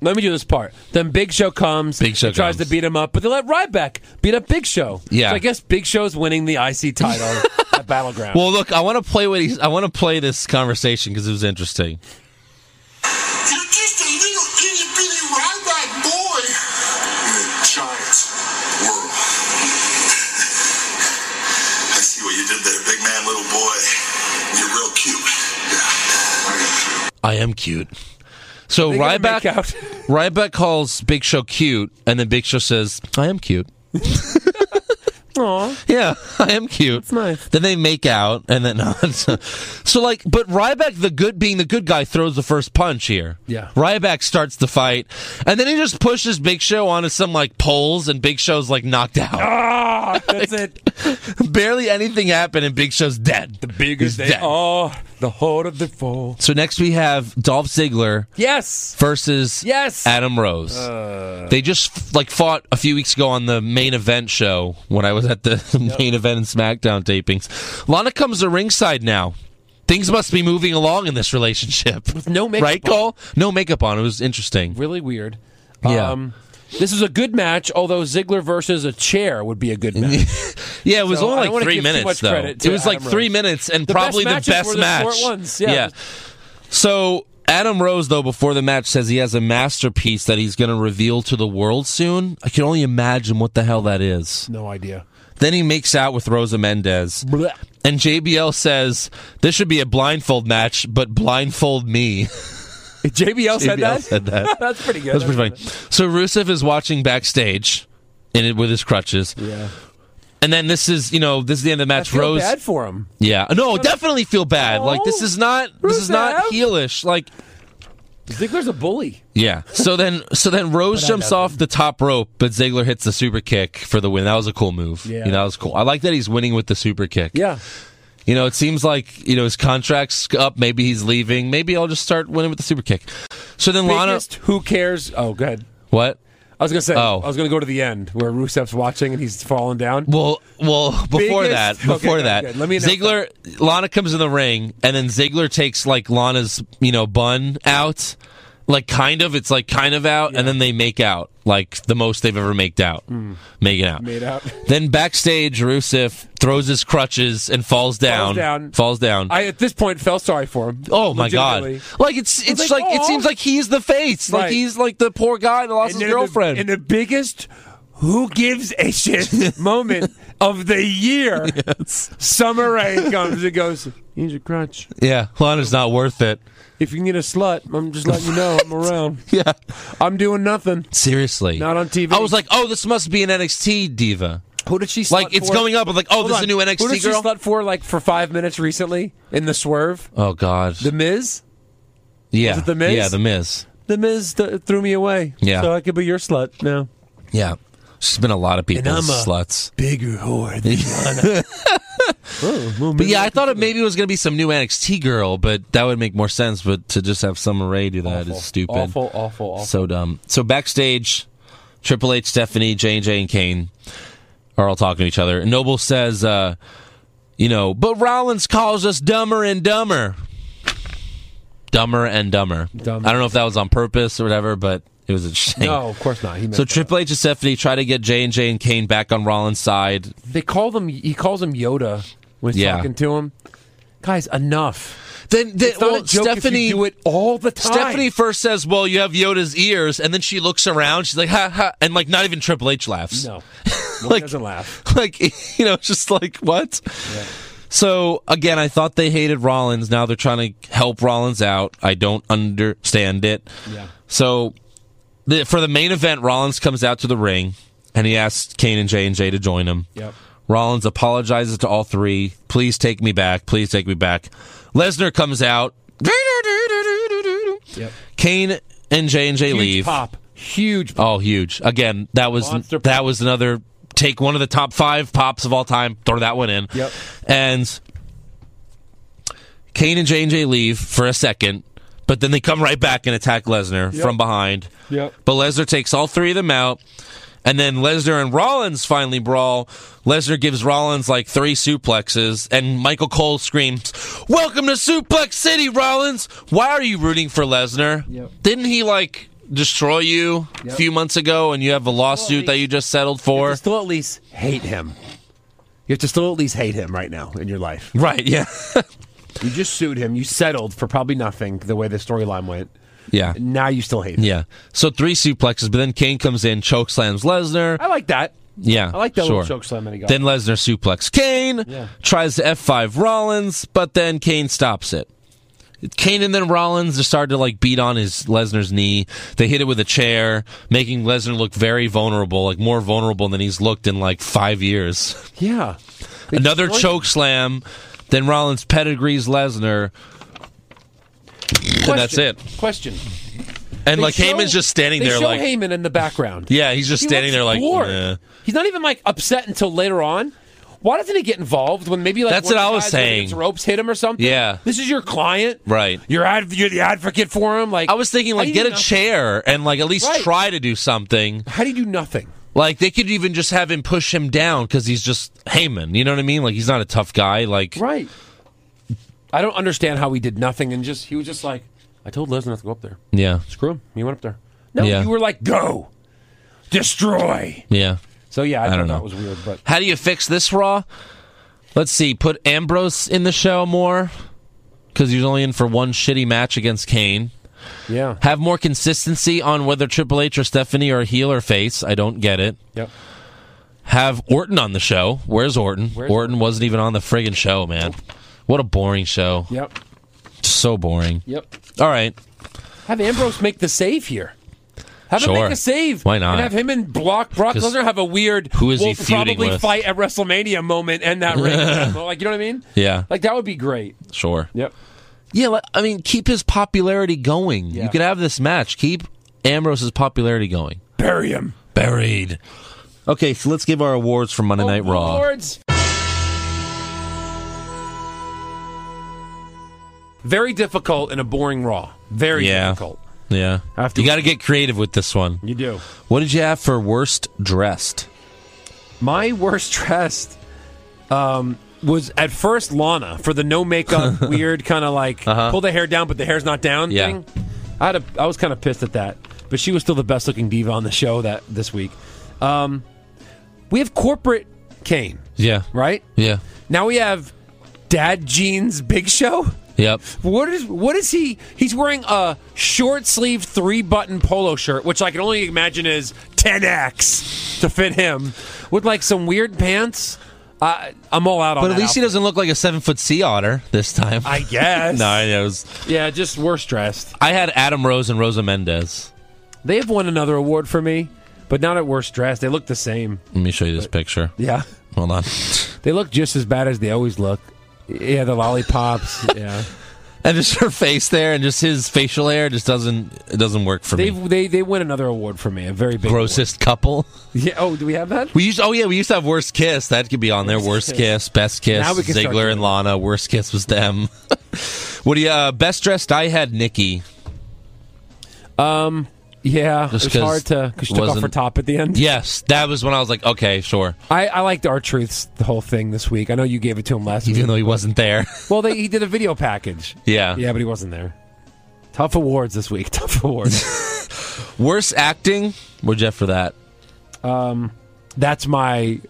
Speaker 4: Let me do this part. Then Big Show comes.
Speaker 3: Big Show
Speaker 4: and tries
Speaker 3: comes.
Speaker 4: to beat him up, but they let Ryback beat up Big Show.
Speaker 3: Yeah.
Speaker 4: So I guess Big Show's winning the IC title at Battleground.
Speaker 3: Well, look, I want to play what he's. I want to play this conversation because it was interesting.
Speaker 5: You're just a little itty bitty Ryback boy. In a giant world. I see what you did there, big man, little boy. You're real cute. Yeah. I got you.
Speaker 3: I am cute. So
Speaker 4: They're gonna
Speaker 3: Ryback
Speaker 4: make out.
Speaker 3: Ryback calls Big Show cute, and then Big Show says, "I am cute."
Speaker 4: Aw.
Speaker 3: Yeah, I am cute. That's
Speaker 4: nice.
Speaker 3: Then they make out, and then so like, but Ryback, the good being the good guy, throws the first punch here.
Speaker 4: Yeah.
Speaker 3: Ryback starts the fight, and then he just pushes Big Show onto some like poles, and Big Show's like knocked out.
Speaker 4: Ah, that's it.
Speaker 3: Barely anything happened, and Big Show's dead. The He's
Speaker 4: Biggest they
Speaker 3: dead.
Speaker 4: are, the heart of the fall.
Speaker 3: So next we have Dolph Ziggler
Speaker 4: Yes.
Speaker 3: versus
Speaker 4: Yes.
Speaker 3: Adam Rose.
Speaker 4: Uh.
Speaker 3: they just like fought a few weeks ago on the main event show when I was at the main event and SmackDown tapings. Lana comes to ringside now. Things must be moving along in this relationship. With
Speaker 4: no makeup
Speaker 3: right,
Speaker 4: on.
Speaker 3: Cole? No makeup on. It was interesting.
Speaker 4: Really weird. Um,
Speaker 3: Yeah.
Speaker 4: this is a good match, although Ziggler versus a chair would be a good match.
Speaker 3: Yeah, it was
Speaker 4: So, I
Speaker 3: only
Speaker 4: don't
Speaker 3: like
Speaker 4: wanna
Speaker 3: three
Speaker 4: give too
Speaker 3: minutes
Speaker 4: much
Speaker 3: though.
Speaker 4: credit
Speaker 3: It
Speaker 4: to
Speaker 3: was like
Speaker 4: Adam
Speaker 3: three
Speaker 4: Rose.
Speaker 3: minutes and
Speaker 4: The best
Speaker 3: probably
Speaker 4: matches
Speaker 3: the best
Speaker 4: were the
Speaker 3: match.
Speaker 4: short ones, yeah.
Speaker 3: So Adam Rose though before the match says he has a masterpiece that he's going to reveal to the world soon. I can only imagine what the hell that is.
Speaker 4: No idea.
Speaker 3: Then he makes out with Rosa Mendez.
Speaker 4: Blech.
Speaker 3: And JBL says, This should be a blindfold match, but blindfold me.
Speaker 4: JBL said
Speaker 3: JBL
Speaker 4: that?
Speaker 3: said that.
Speaker 4: That's pretty good.
Speaker 3: That's pretty funny. So Rusev is watching backstage in it with his crutches.
Speaker 4: Yeah.
Speaker 3: And then this is, you know, this is the end of the
Speaker 4: I
Speaker 3: match.
Speaker 4: feel
Speaker 3: Rose.
Speaker 4: bad for him.
Speaker 3: Yeah. No, definitely feel bad. Like this is not this is not
Speaker 4: Rusev?
Speaker 3: heelish. Like
Speaker 4: Ziggler's a bully.
Speaker 3: Yeah. So then so then Rose jumps off the top rope, but Ziggler hits the super kick for the win. That was a cool move.
Speaker 4: Yeah.
Speaker 3: You know, that was cool. I like that he's winning with the super kick.
Speaker 4: Yeah.
Speaker 3: You know, it seems like you know his contract's up. Maybe he's leaving. Maybe I'll just start winning with the super kick. So then Lana,
Speaker 4: Biggest who cares? Oh, good.
Speaker 3: what?
Speaker 4: I was gonna say.
Speaker 3: Oh.
Speaker 4: I was gonna go to the end where Rusev's watching and he's falling down.
Speaker 3: Well, well, before
Speaker 4: Biggest-
Speaker 3: that,
Speaker 4: okay,
Speaker 3: before
Speaker 4: good,
Speaker 3: that,
Speaker 4: good. Let me announce
Speaker 3: Ziggler, Lana comes in the ring, and then Ziggler takes like Lana's you know bun out, like kind of. It's like kind of out, and then they make out like the most they've ever made out, making out.
Speaker 4: Hmm. Made out.
Speaker 3: Then backstage, Rusev throws his crutches and falls down.
Speaker 4: down.
Speaker 3: Falls down.
Speaker 4: I at this point felt sorry for him.
Speaker 3: Oh my god!
Speaker 4: Legitimately.
Speaker 3: Like it's it's
Speaker 4: like,
Speaker 3: like, it
Speaker 4: "Aw."
Speaker 3: seems like he's the face. Like
Speaker 4: Right.
Speaker 3: he's like the poor guy that lost
Speaker 4: And
Speaker 3: his
Speaker 4: then the-
Speaker 3: girlfriend.
Speaker 4: and the biggest who gives a shit moment of the year. Summer Rae comes and goes. He's a crutch.
Speaker 3: yeah, Lana's not worth it.
Speaker 4: If you need a slut, I'm just letting you know I'm around.
Speaker 3: Yeah,
Speaker 4: I'm doing nothing.
Speaker 3: seriously,
Speaker 4: Not on TV.
Speaker 3: I was like, oh, this must be an NXT diva.
Speaker 4: Who did she? Slut
Speaker 3: Like it's
Speaker 4: for?
Speaker 3: going up. I'm like, oh,
Speaker 4: Hold
Speaker 3: this is
Speaker 4: on.
Speaker 3: a new
Speaker 4: Who
Speaker 3: NXT
Speaker 4: did she
Speaker 3: girl.
Speaker 4: slut for? Like for five minutes recently in the swerve.
Speaker 3: oh god,
Speaker 4: The Miz.
Speaker 3: yeah,
Speaker 4: it The Miz?
Speaker 3: yeah, the Miz,
Speaker 4: The Miz th- threw me away.
Speaker 3: Yeah.
Speaker 4: So I could be your slut now.
Speaker 3: yeah. She's been a lot of people
Speaker 4: And I'm a-
Speaker 3: sluts.
Speaker 4: Bigger whore than Oh, Lana.
Speaker 3: But yeah, I thought it maybe it was gonna be some new NXT girl, but that would make more sense. But to just have Summer Rae do that is stupid.
Speaker 4: Awful, awful, awful.
Speaker 3: So dumb. So backstage, Triple H, Stephanie, J and J, and Kane are all talking to each other. And Noble says, uh, "You know, but Rollins calls us dumber and dumber, dumber and dumber.
Speaker 4: Dumb.
Speaker 3: I don't know if that was on purpose or whatever, but it was a shame."
Speaker 4: No, of course not. He meant
Speaker 3: So Triple H and Stephanie try to get J and J and Kane back on Rollins' side.
Speaker 4: they call them. He calls him Yoda when he's
Speaker 3: Yeah.
Speaker 4: talking to him. Guys, enough.
Speaker 3: Then, then
Speaker 4: It's not a joke
Speaker 3: Stephanie
Speaker 4: if you do it all the time.
Speaker 3: Stephanie first says, "Well, you have Yoda's ears," and then she looks around. She's like, "Ha ha!" And like, not even Triple H laughs.
Speaker 4: no, no
Speaker 3: Like-
Speaker 4: he doesn't laugh.
Speaker 3: like you know just like what so again i thought they hated rollins now they're trying to help rollins out i don't understand it
Speaker 4: Yeah.
Speaker 3: so the, for the main event rollins comes out to the ring and he asks kane and j and j to join him
Speaker 4: Yep.
Speaker 3: rollins apologizes to all three please take me back please take me back lesnar comes out
Speaker 4: Yep.
Speaker 3: kane and j and j
Speaker 4: Huge
Speaker 3: leave
Speaker 4: pop. Huge. Pop.
Speaker 3: Oh, huge! Again, that was
Speaker 4: Monster
Speaker 3: that was another take one of the top five pops of all time. Throw that one in.
Speaker 4: Yep.
Speaker 3: And Kane and J and J leave for a second, but then they come right back and attack Lesnar from behind.
Speaker 4: Yep.
Speaker 3: But Lesnar takes all three of them out. And then Lesnar and Rollins finally brawl. Lesnar gives Rollins like three suplexes, and Michael Cole screams, "Welcome to Suplex City, Rollins! Why are you rooting for Lesnar?
Speaker 4: Yep.
Speaker 3: Didn't he like destroy you a few months ago, and you have a lawsuit that you just settled
Speaker 4: You
Speaker 3: for?"
Speaker 4: still at least hate him. You have to still at least hate him right now in your life.
Speaker 3: Right? Yeah,
Speaker 4: You just sued him. You settled for probably nothing the way the storyline went.
Speaker 3: yeah,
Speaker 4: Now you still hate him.
Speaker 3: yeah. So three suplexes, but then Kane comes in, choke slams Lesnar.
Speaker 4: I like that.
Speaker 3: Yeah,
Speaker 4: I like that
Speaker 3: sure.
Speaker 4: little choke slam that he got.
Speaker 3: Then Lesnar suplex Kane,
Speaker 4: Yeah.
Speaker 3: tries to F5 Rollins, but then Kane stops it. Kane and then Rollins just started to like beat on his Lesnar's knee. They hit it with a chair, making Lesnar look very vulnerable, like more vulnerable than he's looked in like five years.
Speaker 4: Yeah. They
Speaker 3: Another
Speaker 4: destroyed-
Speaker 3: choke slam. Then Rollins pedigrees Lesnar,
Speaker 4: Question.
Speaker 3: and that's it.
Speaker 4: Question.
Speaker 3: And
Speaker 4: They
Speaker 3: like
Speaker 4: show-
Speaker 3: Heyman's just standing
Speaker 4: they
Speaker 3: there,
Speaker 4: show
Speaker 3: like
Speaker 4: Heyman in the background.
Speaker 3: yeah, he's just
Speaker 4: He
Speaker 3: standing
Speaker 4: looks
Speaker 3: there, like
Speaker 4: bored.
Speaker 3: "Yeah."
Speaker 4: He's not even like upset until later on. Why doesn't he get involved when maybe like
Speaker 3: That's
Speaker 4: one
Speaker 3: what
Speaker 4: of the
Speaker 3: I was
Speaker 4: guys when he
Speaker 3: saying.
Speaker 4: gets ropes hit him or something?
Speaker 3: Yeah.
Speaker 4: this is your client,
Speaker 3: Right.
Speaker 4: You're ad- you're the advocate for him. Like
Speaker 3: I was thinking,
Speaker 4: how
Speaker 3: like
Speaker 4: do you
Speaker 3: get
Speaker 4: do
Speaker 3: a
Speaker 4: nothing?
Speaker 3: chair and like at least
Speaker 4: Right.
Speaker 3: try to do something.
Speaker 4: How do you do nothing?
Speaker 3: Like they could even just have him push him down because he's just Heyman. You know what I mean? Like he's not a tough guy. Like
Speaker 4: Right. I don't understand how he did nothing and just he was just like, I told Lesnar not to go up there.
Speaker 3: yeah,
Speaker 4: Screw him. He went up there. No,
Speaker 3: Yeah.
Speaker 4: you were like, go, destroy.
Speaker 3: yeah.
Speaker 4: So yeah, I, thought
Speaker 3: don't know.
Speaker 4: That was weird, but
Speaker 3: How do you fix this Raw? Let's see. Put Ambrose in the show more because he's only in for one shitty match against Kane.
Speaker 4: yeah,
Speaker 3: Have more consistency on whether Triple H or Stephanie are heel or face. I don't get it.
Speaker 4: yep.
Speaker 3: Have Orton on the show. Where's Orton?
Speaker 4: Where's
Speaker 3: Orton wasn't even on the friggin' show, man. What a boring show.
Speaker 4: Yep.
Speaker 3: So boring.
Speaker 4: Yep.
Speaker 3: All right.
Speaker 4: Have Ambrose make the save here. Have him
Speaker 3: Sure.
Speaker 4: make a save.
Speaker 3: Why not?
Speaker 4: And have him and block Brock
Speaker 3: 'Cause
Speaker 4: Lesnar have a weird
Speaker 3: who is he
Speaker 4: we'll
Speaker 3: feuding
Speaker 4: probably
Speaker 3: with?
Speaker 4: fight at WrestleMania moment and that ring. example. like you know what I mean?
Speaker 3: Yeah.
Speaker 4: Like that would be great.
Speaker 3: Sure.
Speaker 4: Yep.
Speaker 3: Yeah, like, I mean, keep his popularity going.
Speaker 4: Yeah.
Speaker 3: You could have this match. Keep Ambrose's popularity going.
Speaker 4: Bury him.
Speaker 3: Buried. Okay, so let's give our awards for Monday
Speaker 4: Oh,
Speaker 3: Night Raw.
Speaker 4: Awards. Very difficult and a boring Raw. Very
Speaker 3: Yeah.
Speaker 4: difficult.
Speaker 3: Yeah.
Speaker 4: After-
Speaker 3: you got to get creative with this one.
Speaker 4: You do.
Speaker 3: What did you have for worst dressed?
Speaker 4: My worst dressed um, was at first Lana for the no makeup, weird kind of like pull the hair down, but the hair's not down
Speaker 3: Yeah.
Speaker 4: thing. I had a, I was kind of pissed at that, but she was still the best looking diva on the show that this week. Um, we have corporate Kane,
Speaker 3: Yeah.
Speaker 4: right?
Speaker 3: Yeah.
Speaker 4: Now we have Dad Jeans Big Show.
Speaker 3: Yep.
Speaker 4: What is what is he? He's wearing a short sleeve three button polo shirt, which I can only imagine is 10x to fit him, with like some weird pants. I I'm all out on.
Speaker 3: But at
Speaker 4: that
Speaker 3: least he
Speaker 4: outfit.
Speaker 3: doesn't look like a seven foot sea otter this time.
Speaker 4: I guess.
Speaker 3: no, I know. it was-
Speaker 4: Yeah, just worse dressed.
Speaker 3: I had Adam Rose and Rosa Mendez.
Speaker 4: They have won another award for me, but not at worst dressed. They look the same.
Speaker 3: Let me show you this picture.
Speaker 4: Yeah,
Speaker 3: Hold on.
Speaker 4: they look just as bad as they always look. Yeah, the lollipops. yeah,
Speaker 3: And just her face there, and just his facial hair just doesn't it doesn't work for
Speaker 4: they
Speaker 3: me.
Speaker 4: they they win another award for me. A very big
Speaker 3: Grossest couple.
Speaker 4: award. Yeah. Oh, do we have that?
Speaker 3: We used oh yeah, we used to have worst kiss. That could be on there. Worst kiss, best kiss.
Speaker 4: Now we can start
Speaker 3: Ziggler
Speaker 4: doing
Speaker 3: and Lana. Worst kiss was them. what do you uh, best dressed? I had Nikki.
Speaker 4: Yeah,
Speaker 3: Just
Speaker 4: it's hard
Speaker 3: 'cause
Speaker 4: to because she took off
Speaker 3: wasn't-
Speaker 4: her top at the end.
Speaker 3: Yes, that was when I was like, okay, sure.
Speaker 4: I, I liked our truths the whole thing this week. I know you gave it to him last
Speaker 3: Even
Speaker 4: week.
Speaker 3: though he wasn't there.
Speaker 4: Well, they, he did a video package.
Speaker 3: yeah.
Speaker 4: Yeah, but he wasn't there. Tough awards this week. Tough awards.
Speaker 3: Worst acting. Where'd you have for that?
Speaker 4: That's my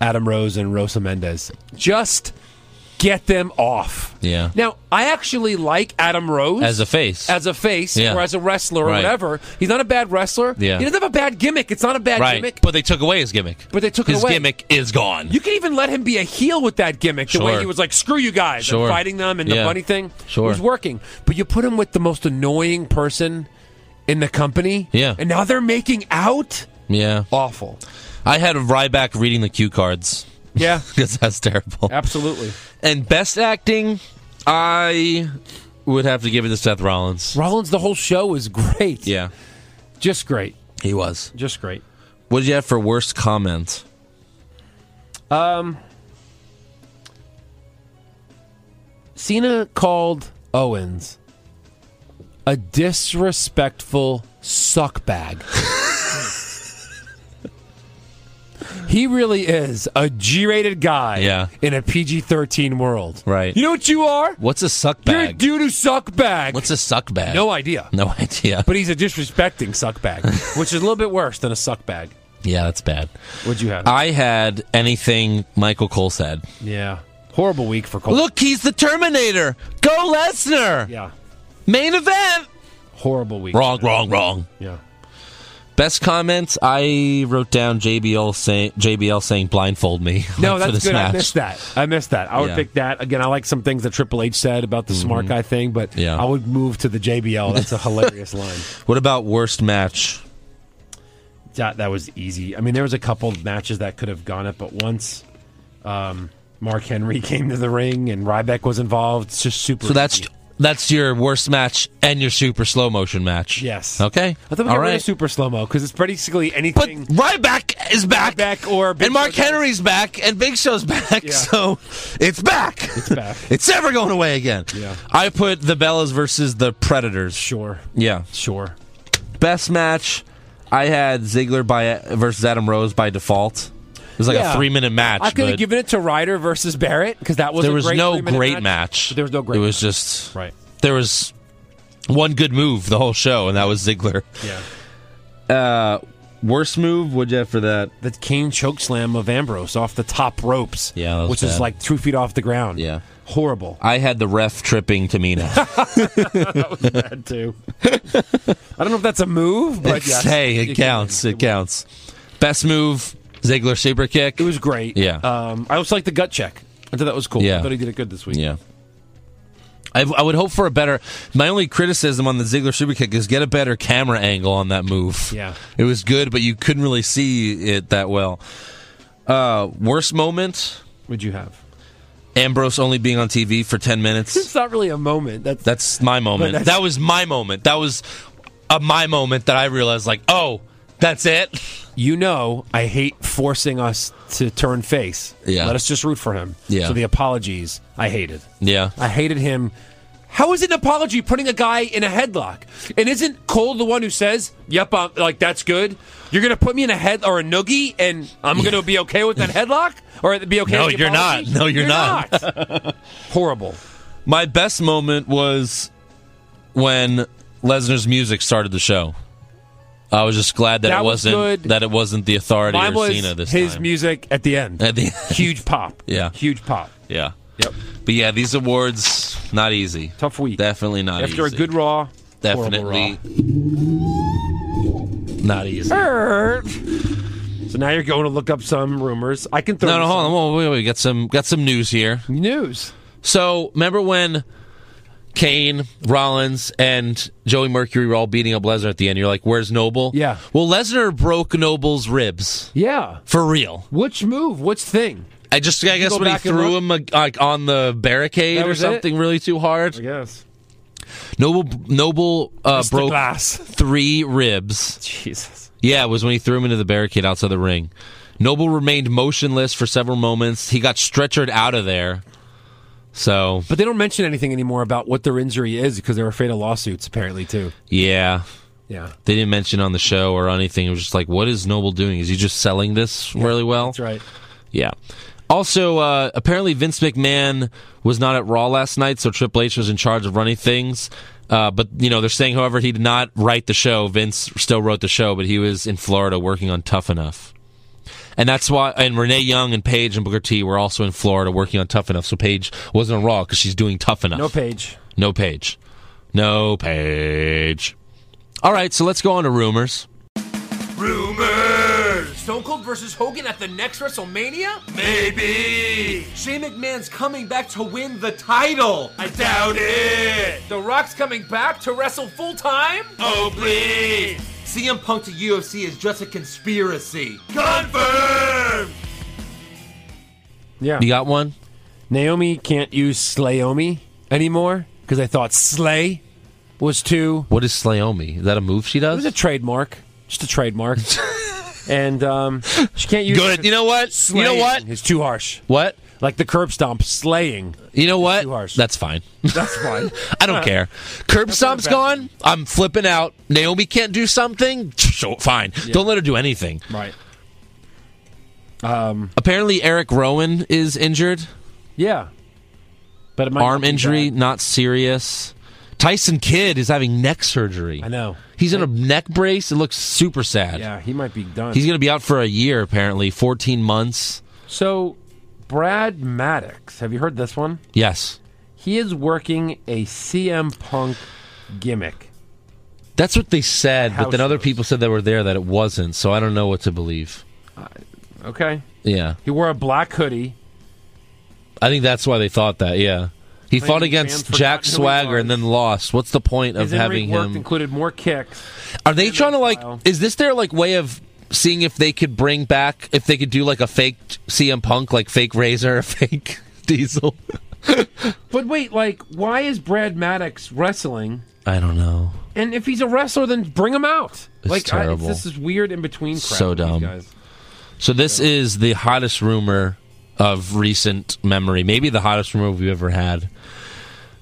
Speaker 4: Adam Rose and Rosa Mendez. Just get them off.
Speaker 3: Yeah.
Speaker 4: Now I actually like Adam Rose
Speaker 3: As a face.
Speaker 4: as a face
Speaker 3: Yeah.
Speaker 4: or as a wrestler or
Speaker 3: Right.
Speaker 4: whatever. He's not a bad wrestler.
Speaker 3: Yeah.
Speaker 4: He doesn't have a bad gimmick. It's not a bad
Speaker 3: right.
Speaker 4: gimmick.
Speaker 3: But they took away his gimmick.
Speaker 4: But they took it
Speaker 3: his
Speaker 4: away.
Speaker 3: gimmick is gone.
Speaker 4: You can even let him be a heel with that gimmick, the way
Speaker 3: Sure.
Speaker 4: he was like, "Screw you guys,"
Speaker 3: Sure.
Speaker 4: and fighting them and the
Speaker 3: Yeah.
Speaker 4: funny thing.
Speaker 3: Sure.
Speaker 4: it was working. But you put him with the most annoying person in the company,
Speaker 3: Yeah.
Speaker 4: and now they're making out.
Speaker 3: yeah.
Speaker 4: Awful.
Speaker 3: I had Ryback reading the cue cards
Speaker 4: Yeah,
Speaker 3: because that's terrible.
Speaker 4: absolutely.
Speaker 3: And best acting, I would have to give it to Seth Rollins.
Speaker 4: Rollins, the whole show is great.
Speaker 3: Yeah,
Speaker 4: just great,
Speaker 3: he was.
Speaker 4: just great.
Speaker 3: What did you have for worst comment?
Speaker 4: Cena called Owens a disrespectful suckbag. he really is a G-rated guy
Speaker 3: Yeah.
Speaker 4: in a PG-13 world.
Speaker 3: Right.
Speaker 4: You know what you are?
Speaker 3: What's a
Speaker 4: You're a
Speaker 3: suckbag?
Speaker 4: dude who suckbag.
Speaker 3: What's a suckbag?
Speaker 4: no idea.
Speaker 3: no idea.
Speaker 4: But he's a disrespecting suckbag, which is a little bit worse than a suckbag.
Speaker 3: Yeah, that's bad.
Speaker 4: What'd you have?
Speaker 3: I had anything Michael Cole said.
Speaker 4: yeah. Horrible week for Cole.
Speaker 3: Look, he's the Terminator. Go Lesnar.
Speaker 4: Yeah.
Speaker 3: Main event.
Speaker 4: Horrible week.
Speaker 3: Wrong, wrong, wrong.
Speaker 4: Yeah.
Speaker 3: Best comments I wrote down JBL saying JBL saying blindfold me.
Speaker 4: No,
Speaker 3: for
Speaker 4: that's
Speaker 3: this
Speaker 4: good.
Speaker 3: match.
Speaker 4: I missed that. I missed that. I would
Speaker 3: Yeah. Mm-hmm.
Speaker 4: pick that again. I like some things that Triple H said about the smart guy thing, but
Speaker 3: Yeah.
Speaker 4: I would move to the JBL. That's a hilarious line.
Speaker 3: What about worst match?
Speaker 4: That, that was easy. I mean, there was a couple of matches that could have gone up, but once um, Mark Henry came to the ring and Ryback was involved, it's just super.
Speaker 3: So that's
Speaker 4: easy.
Speaker 3: that's your worst match and your super slow motion match.
Speaker 4: yes.
Speaker 3: Okay.
Speaker 4: I thought we
Speaker 3: All
Speaker 4: got rid
Speaker 3: right.
Speaker 4: of super slow mo because it's basically
Speaker 3: but
Speaker 4: anything.
Speaker 3: Ryback is back.
Speaker 4: Ryback or Big
Speaker 3: and Mark
Speaker 4: Show's-
Speaker 3: Henry's back and Big Show's back.
Speaker 4: Yeah.
Speaker 3: So it's back. It's
Speaker 4: back.
Speaker 3: it's never going away again.
Speaker 4: Yeah.
Speaker 3: I put the Bellas versus the Predators.
Speaker 4: sure,
Speaker 3: Yeah.
Speaker 4: sure.
Speaker 3: Best match I had Ziggler by versus Adam Rose by default. It was like
Speaker 4: Yeah.
Speaker 3: a three minute match.
Speaker 4: I could
Speaker 3: but
Speaker 4: have given it to Ryder versus Barrett because that was
Speaker 3: there
Speaker 4: a
Speaker 3: was
Speaker 4: great
Speaker 3: no
Speaker 4: three-minute
Speaker 3: great match.
Speaker 4: But There was no great.
Speaker 3: It was
Speaker 4: match.
Speaker 3: just
Speaker 4: right.
Speaker 3: there was one good move the whole show, and that was Ziggler.
Speaker 4: Yeah.
Speaker 3: Worst move? What'd you have for that?
Speaker 4: the Kane choke slam of Ambrose off the top ropes.
Speaker 3: Yeah, that was
Speaker 4: which is
Speaker 3: bad.
Speaker 4: like two feet off the ground.
Speaker 3: Yeah.
Speaker 4: horrible.
Speaker 3: I had the ref tripping Tamina.
Speaker 4: Bad too. I don't know if that's a move, but yes.
Speaker 3: hey, it counts. It counts. Best move? Ziggler super kick.
Speaker 4: It was great.
Speaker 3: Yeah.
Speaker 4: Um, I also like the gut check. I thought that was cool. I
Speaker 3: Yeah.
Speaker 4: thought he did it good this week.
Speaker 3: Yeah. I, I would hope for a better. My only criticism on the Ziggler super kick is get a better camera angle on that move.
Speaker 4: Yeah.
Speaker 3: It was good, but you couldn't really see it that well. Uh, worst moment?
Speaker 4: What'd you have?
Speaker 3: Ambrose only being on TV for 10 minutes.
Speaker 4: It's not really a moment. That's
Speaker 3: That's my moment.
Speaker 4: that's-
Speaker 3: that was my moment. That was a my moment that I realized, like, oh, that's it.
Speaker 4: you know. I hate forcing us to turn face.
Speaker 3: Yeah.
Speaker 4: Let us just root for him.
Speaker 3: Yeah.
Speaker 4: So the apologies, I hated.
Speaker 3: Yeah,
Speaker 4: I hated him. How is it an apology putting a guy in a headlock? And isn't Cole the one who says, "Yep, I'm, like that's good. You're gonna put me in a head or a noogie, and I'm gonna be okay with that headlock, or be okay."
Speaker 3: No,
Speaker 4: with the
Speaker 3: you're
Speaker 4: apology?
Speaker 3: not. No, you're not.
Speaker 4: not. Horrible.
Speaker 3: my best moment was when Lesnar's music started the show. I was just glad that,
Speaker 4: That
Speaker 3: it
Speaker 4: was
Speaker 3: wasn't
Speaker 4: good.
Speaker 3: that it wasn't the authority
Speaker 4: Mine
Speaker 3: or
Speaker 4: was
Speaker 3: Cena this
Speaker 4: his
Speaker 3: time.
Speaker 4: music at the end.
Speaker 3: At the-
Speaker 4: Huge pop.
Speaker 3: Yeah.
Speaker 4: Huge pop.
Speaker 3: yeah,
Speaker 4: Yep.
Speaker 3: but yeah, these awards not easy.
Speaker 4: Tough week.
Speaker 3: Definitely not
Speaker 4: After
Speaker 3: easy.
Speaker 4: a good Raw. horrible
Speaker 3: definitely not easy.
Speaker 4: Raw. So now you're going to look up some rumors. I can throw
Speaker 3: No,
Speaker 4: you
Speaker 3: no,
Speaker 4: some
Speaker 3: hold on. Whoa, wait, wait, got some got some news here.
Speaker 4: news.
Speaker 3: So remember when Kane, Rollins, and Joey Mercury were all beating up Lesnar at the end? You're like, "Where's Noble?"
Speaker 4: Yeah.
Speaker 3: Well, Lesnar broke Noble's ribs
Speaker 4: Yeah.
Speaker 3: for real.
Speaker 4: Which move? Which thing?
Speaker 3: I just, I guess,
Speaker 4: go
Speaker 3: when he
Speaker 4: back and
Speaker 3: threw
Speaker 4: look?
Speaker 3: him uh, like on the barricade
Speaker 4: That
Speaker 3: or
Speaker 4: was it?
Speaker 3: something really too hard,
Speaker 4: Yes.
Speaker 3: Noble Noble uh,
Speaker 4: Mr.
Speaker 3: broke
Speaker 4: Glass.
Speaker 3: three ribs.
Speaker 4: Jesus.
Speaker 3: Yeah, it was when he threw him into the barricade outside the ring. Noble remained motionless for several moments. He got stretchered out of there. So
Speaker 4: But they don't mention anything anymore about what their injury is because they're afraid of lawsuits, apparently, too.
Speaker 3: yeah,
Speaker 4: Yeah.
Speaker 3: they didn't mention on the show or anything. It was just like, what is Noble doing? Is he just selling this really well?
Speaker 4: That's right.
Speaker 3: Yeah. Also, uh, apparently Vince McMahon was not at Raw last night, so Triple H was in charge of running things. Uh, but you know, they're saying, however, he did not write the show. Vince still wrote the show, but he was in Florida working on Tough Enough. And that's why, and Renee Young and Paige and Booker T were also in Florida working on Tough Enough. So Paige wasn't on Raw because she's doing Tough Enough.
Speaker 4: No page.
Speaker 3: No page. No page. All right, so let's go on to rumors.
Speaker 2: Stone Cold versus Hogan at the next WrestleMania? Maybe. Shane McMahon's coming back to win the title. I doubt it. The Rock's coming back to wrestle full time? Oh, please. CM Punk to UFC is just a conspiracy.
Speaker 4: Yeah.
Speaker 3: You got one?
Speaker 4: Naomi can't use Slayomi anymore because I thought Slay was too.
Speaker 3: What is Slayomi? Is that a move she
Speaker 4: It
Speaker 3: does?
Speaker 4: was a trademark. Just a trademark. and um, she can't use
Speaker 3: Good. You know what? You know
Speaker 4: Slaying
Speaker 3: what?
Speaker 4: is too harsh.
Speaker 3: What?
Speaker 4: Like the curb stomp, slaying.
Speaker 3: You know what?
Speaker 4: too harsh.
Speaker 3: That's fine.
Speaker 4: That's fine.
Speaker 3: I don't care. Curb stomp's
Speaker 4: bad.
Speaker 3: gone. I'm flipping out. Naomi can't do something. Sure, fine. Don't let her do anything.
Speaker 4: right.
Speaker 3: Apparently, Eric Rowan is injured.
Speaker 4: Yeah. But it might not
Speaker 3: Arm
Speaker 4: be
Speaker 3: injury,
Speaker 4: bad.
Speaker 3: not serious. Tyson Kidd is having neck surgery.
Speaker 4: I know.
Speaker 3: He's in a neck brace. It looks super sad.
Speaker 4: Yeah, he might be done.
Speaker 3: He's going to be out for a year, apparently, 14 months.
Speaker 4: So, Brad Maddox, have you heard this one?
Speaker 3: Yes.
Speaker 4: He is working a CM Punk gimmick.
Speaker 3: That's what they said, but
Speaker 4: House
Speaker 3: then other
Speaker 4: shows.
Speaker 3: people said they were there that it wasn't. So I don't know what to believe.
Speaker 4: Okay.
Speaker 3: Yeah,
Speaker 4: He wore a black hoodie.
Speaker 3: I think that's why they thought that. Yeah, he fought
Speaker 4: fans
Speaker 3: against
Speaker 4: forgot
Speaker 3: Jack
Speaker 4: who he
Speaker 3: Swagger
Speaker 4: was.
Speaker 3: and then lost. What's the point of
Speaker 4: His
Speaker 3: having
Speaker 4: in-ring work
Speaker 3: him?
Speaker 4: included more kicks.
Speaker 3: Are they trying to like?
Speaker 4: style.
Speaker 3: Is this their like way of seeing if they could bring back if they could do like a fake CM Punk, like fake Razor, fake Diesel?
Speaker 4: But wait, like, why is Brad Maddox wrestling?
Speaker 3: I don't know.
Speaker 4: And if he's a wrestler, then bring him out.
Speaker 3: It's
Speaker 4: like, I-
Speaker 3: terrible.
Speaker 4: this is weird in between. Crap
Speaker 3: So
Speaker 4: with these
Speaker 3: dumb.
Speaker 4: guys.
Speaker 3: So this is the hottest rumor of recent memory, maybe the hottest rumor we've ever had.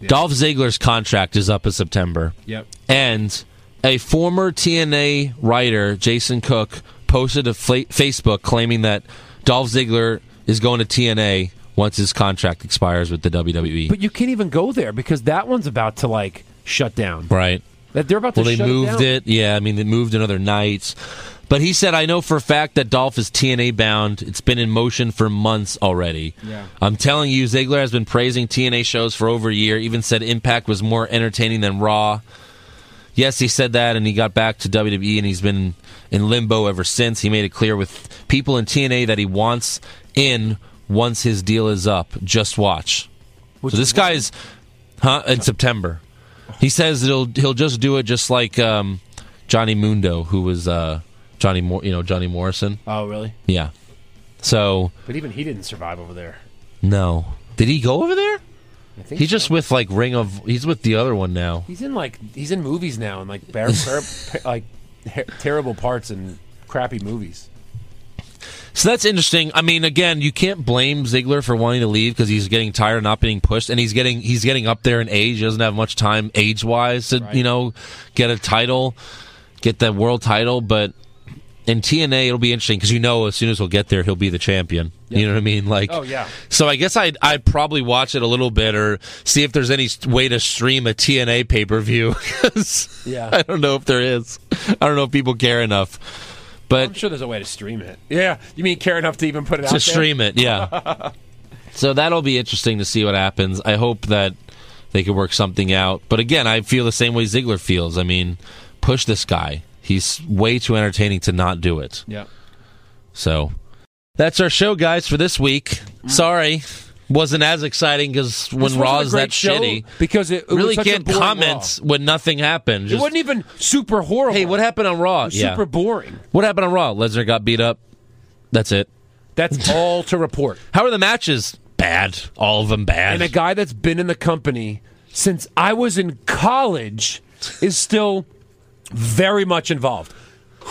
Speaker 3: Dolph Ziggler's contract is up in September.
Speaker 4: Yep.
Speaker 3: And a former TNA writer, Jason Cook, posted a fla- Facebook claiming that Dolph Ziggler is going to TNA once his contract expires with the E. WWE.
Speaker 4: But you can't even go there because that one's about to like shut down.
Speaker 3: right.
Speaker 4: That they're about to.
Speaker 3: Well, they
Speaker 4: shut
Speaker 3: moved
Speaker 4: down.
Speaker 3: it. Yeah, I mean, they moved another night. But he said, I know for a fact that Dolph is TNA bound. It's been in motion for months already.
Speaker 4: Yeah.
Speaker 3: I'm telling you, Ziggler has been praising TNA shows for over a year, even said Impact was more entertaining than Raw. Yes, he said that, and he got back to WWE, and he's been in limbo ever since. He made it clear with people in TNA that he wants in once his deal is up. Just watch. so this guy's, huh? In September, he says he'll he'll just do it, just like um, Johnny Mundo, who was uh, Johnny, Mor- you know Johnny Morrison.
Speaker 4: Oh, really?
Speaker 3: Yeah. So
Speaker 4: But even he didn't survive over there.
Speaker 3: no, did he go over there?
Speaker 4: I think
Speaker 3: He's just with like Ring of. He's with the other one now.
Speaker 4: He's in like he's in movies now and like bar- bar- pa- like her- terrible parts and crappy movies.
Speaker 3: So that's interesting. I mean, again, you can't blame Ziggler for wanting to leave because he's getting tired of not being pushed, and he's getting he's getting up there in age. He doesn't have much time age wise to you know get a title, get that world title. But in TNA, it'll be interesting because you know as soon as he'll get there, he'll be the champion. You know what I mean? Like,
Speaker 4: Oh, yeah.
Speaker 3: So I guess I'd I'd probably watch it a little bit or see if there's any s- way to stream a TNA pay per view.
Speaker 4: Yeah.
Speaker 3: I don't know if there is. I don't know if people care enough. But
Speaker 4: I'm sure there's a way to stream it. Yeah, you mean care enough to even put it out
Speaker 3: to
Speaker 4: there?
Speaker 3: stream it. Yeah. so that'll be interesting to see what happens. I hope that they could work something out. But again, I feel the same way Ziggler feels. I mean, push this guy. He's way too entertaining to not do it.
Speaker 4: Yeah.
Speaker 3: So that's our show, guys, for this week. Sorry, wasn't as exciting because
Speaker 4: Mm. This
Speaker 3: when
Speaker 4: wasn't a
Speaker 3: Raw's
Speaker 4: great
Speaker 3: that
Speaker 4: show
Speaker 3: shitty,
Speaker 4: because it, it was
Speaker 3: really
Speaker 4: such a
Speaker 3: can't
Speaker 4: boring
Speaker 3: comment when nothing happened.
Speaker 4: Raw. It
Speaker 3: Just,
Speaker 4: wasn't even super horrible.
Speaker 3: hey, what happened on Raw?
Speaker 4: It was
Speaker 3: Yeah.
Speaker 4: Super boring.
Speaker 3: what happened on Raw? Lesnar got beat up. That's it.
Speaker 4: That's all to report.
Speaker 3: How are the matches? Bad. All of them bad.
Speaker 4: And a guy that's been in the company since I was in college is still very much involved.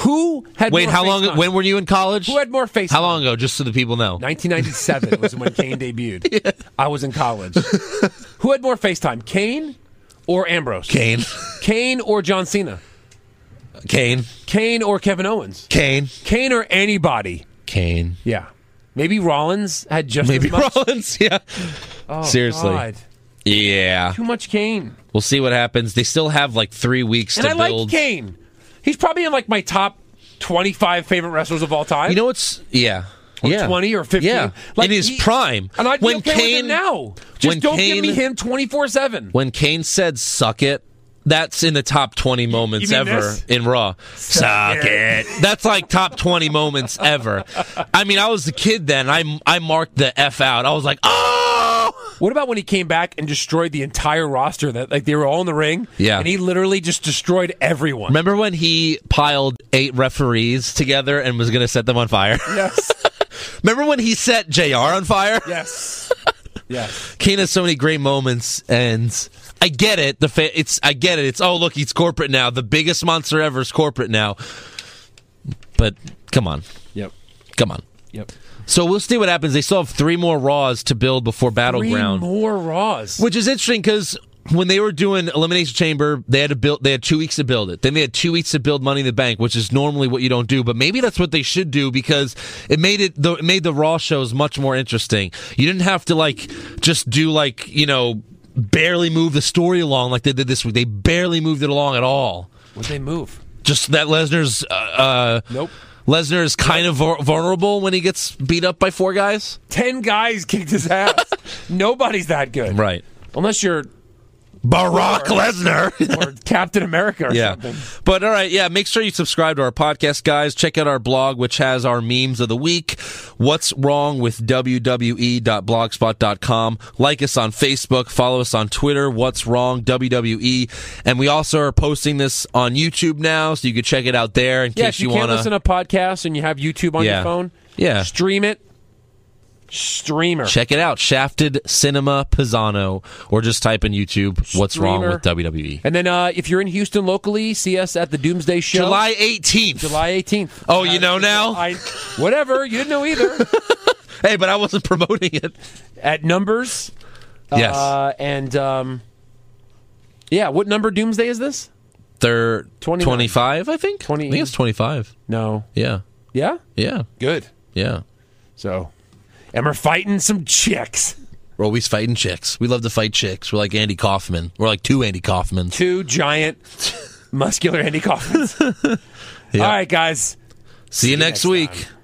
Speaker 4: Who had
Speaker 3: Wait,
Speaker 4: more
Speaker 3: how
Speaker 4: face
Speaker 3: long?
Speaker 4: time?
Speaker 3: When were you in college?
Speaker 4: who had more face?
Speaker 3: How
Speaker 4: time?
Speaker 3: long ago? Just so the people know.
Speaker 4: 1997 was when Kane debuted. I was in college. Who had more FaceTime, Kane or Ambrose?
Speaker 3: Kane,
Speaker 4: Kane or John Cena?
Speaker 3: Kane,
Speaker 4: Kane or Kevin Owens?
Speaker 3: Kane,
Speaker 4: Kane or anybody?
Speaker 3: Kane.
Speaker 4: Yeah. Maybe Rollins had just
Speaker 3: Maybe
Speaker 4: as much.
Speaker 3: Rollins. Yeah.
Speaker 4: Oh,
Speaker 3: Seriously.
Speaker 4: God.
Speaker 3: Yeah.
Speaker 4: Too much Kane.
Speaker 3: We'll see what happens. They still have like three weeks
Speaker 4: And
Speaker 3: to
Speaker 4: I like
Speaker 3: build.
Speaker 4: Kane. He's probably in like my top 25 favorite wrestlers of all time.
Speaker 3: You know what's yeah. yeah.
Speaker 4: 20 or 15.
Speaker 3: Yeah.
Speaker 4: Like,
Speaker 3: in his
Speaker 4: he-
Speaker 3: prime.
Speaker 4: and I'd be
Speaker 3: when
Speaker 4: okay with
Speaker 3: Kane
Speaker 4: him now.
Speaker 3: when
Speaker 4: Just don't
Speaker 3: Kane-
Speaker 4: give me him 24 7.
Speaker 3: when Kane said "suck it," that's in the top twenty moments
Speaker 4: mean
Speaker 3: ever
Speaker 4: this?
Speaker 3: in Raw. Suck it. That's like top twenty moments ever. I mean, I was a kid then. I I marked the f out. I was like, oh.
Speaker 4: What about when he came back and destroyed the entire roster? That like they were all in the ring.
Speaker 3: Yeah.
Speaker 4: and he literally just destroyed everyone.
Speaker 3: Remember when he piled eight referees together and was going to set them on fire?
Speaker 4: Yes,
Speaker 3: Remember when he set Jr. on fire?
Speaker 4: yes, yes.
Speaker 3: Kane has so many great moments, and I get it. The fa- it's I get it. It's oh look, he's corporate now. The biggest monster ever is corporate now. But come on,
Speaker 4: Yep,
Speaker 3: come on.
Speaker 4: yep.
Speaker 3: So we'll see what happens. They still have three more Raws to build before
Speaker 4: Three
Speaker 3: Battleground,
Speaker 4: more Raws.
Speaker 3: which is interesting because when they were doing Elimination Chamber, they had to build. They had two weeks to build it. Then they had two weeks to build Money in the Bank, which is normally what you don't do. But maybe that's what they should do because it made it. The, it made the Raw shows much more interesting. You didn't have to like just do like you know barely move the story along like they did this week. They barely moved it along at all.
Speaker 4: Would they move?
Speaker 3: Just that Lesnar's. Uh, uh,
Speaker 4: Nope.
Speaker 3: Lesnar is kind of vul- vulnerable when he gets beat up by four guys.
Speaker 4: Ten guys kicked his ass. Nobody's that good,
Speaker 3: Right.
Speaker 4: Unless you're
Speaker 3: Barack Lesnar.
Speaker 4: or Captain America or
Speaker 3: yeah.
Speaker 4: something.
Speaker 3: But all right, yeah, make sure you subscribe to our podcast, guys. Check out our blog, which has our memes of the week. What's wrong with E WWE.blogspot.com. Like us on Facebook. Follow us on Twitter. What's wrong WWE. And we also are posting this on YouTube now, so you can check it out there in
Speaker 4: Yeah,
Speaker 3: case
Speaker 4: if you,
Speaker 3: you,
Speaker 4: can't
Speaker 3: want
Speaker 4: listen to podcasts and you have YouTube on
Speaker 3: Yeah.
Speaker 4: your phone,
Speaker 3: Yeah.
Speaker 4: stream it. Streamer.
Speaker 3: Check it out, Shafted Cinema Pisano, or just type in YouTube, What's Wrong with E. WWE.
Speaker 4: And then uh, if you're in Houston locally, see us at the Doomsday Show.
Speaker 3: July 18th.
Speaker 4: July 18th.
Speaker 3: Oh, you know now?
Speaker 4: I, whatever. You didn't know either.
Speaker 3: Hey, but I wasn't promoting it.
Speaker 4: at numbers.
Speaker 3: Yes.
Speaker 4: Uh, and um, yeah, what number Doomsday is this?
Speaker 3: They're
Speaker 4: 29.
Speaker 3: 25, I think.
Speaker 4: 20.
Speaker 3: I think it's 25.
Speaker 4: No.
Speaker 3: Yeah.
Speaker 4: Yeah?
Speaker 3: Yeah.
Speaker 4: Good.
Speaker 3: Yeah.
Speaker 4: So, and we're fighting some chicks.
Speaker 3: We're always fighting chicks. We love to fight chicks. We're like Andy Kaufman. We're like two Andy Kaufmans.
Speaker 4: Two giant, muscular Andy Coffins. All right, guys.
Speaker 3: See you next, week.
Speaker 4: time.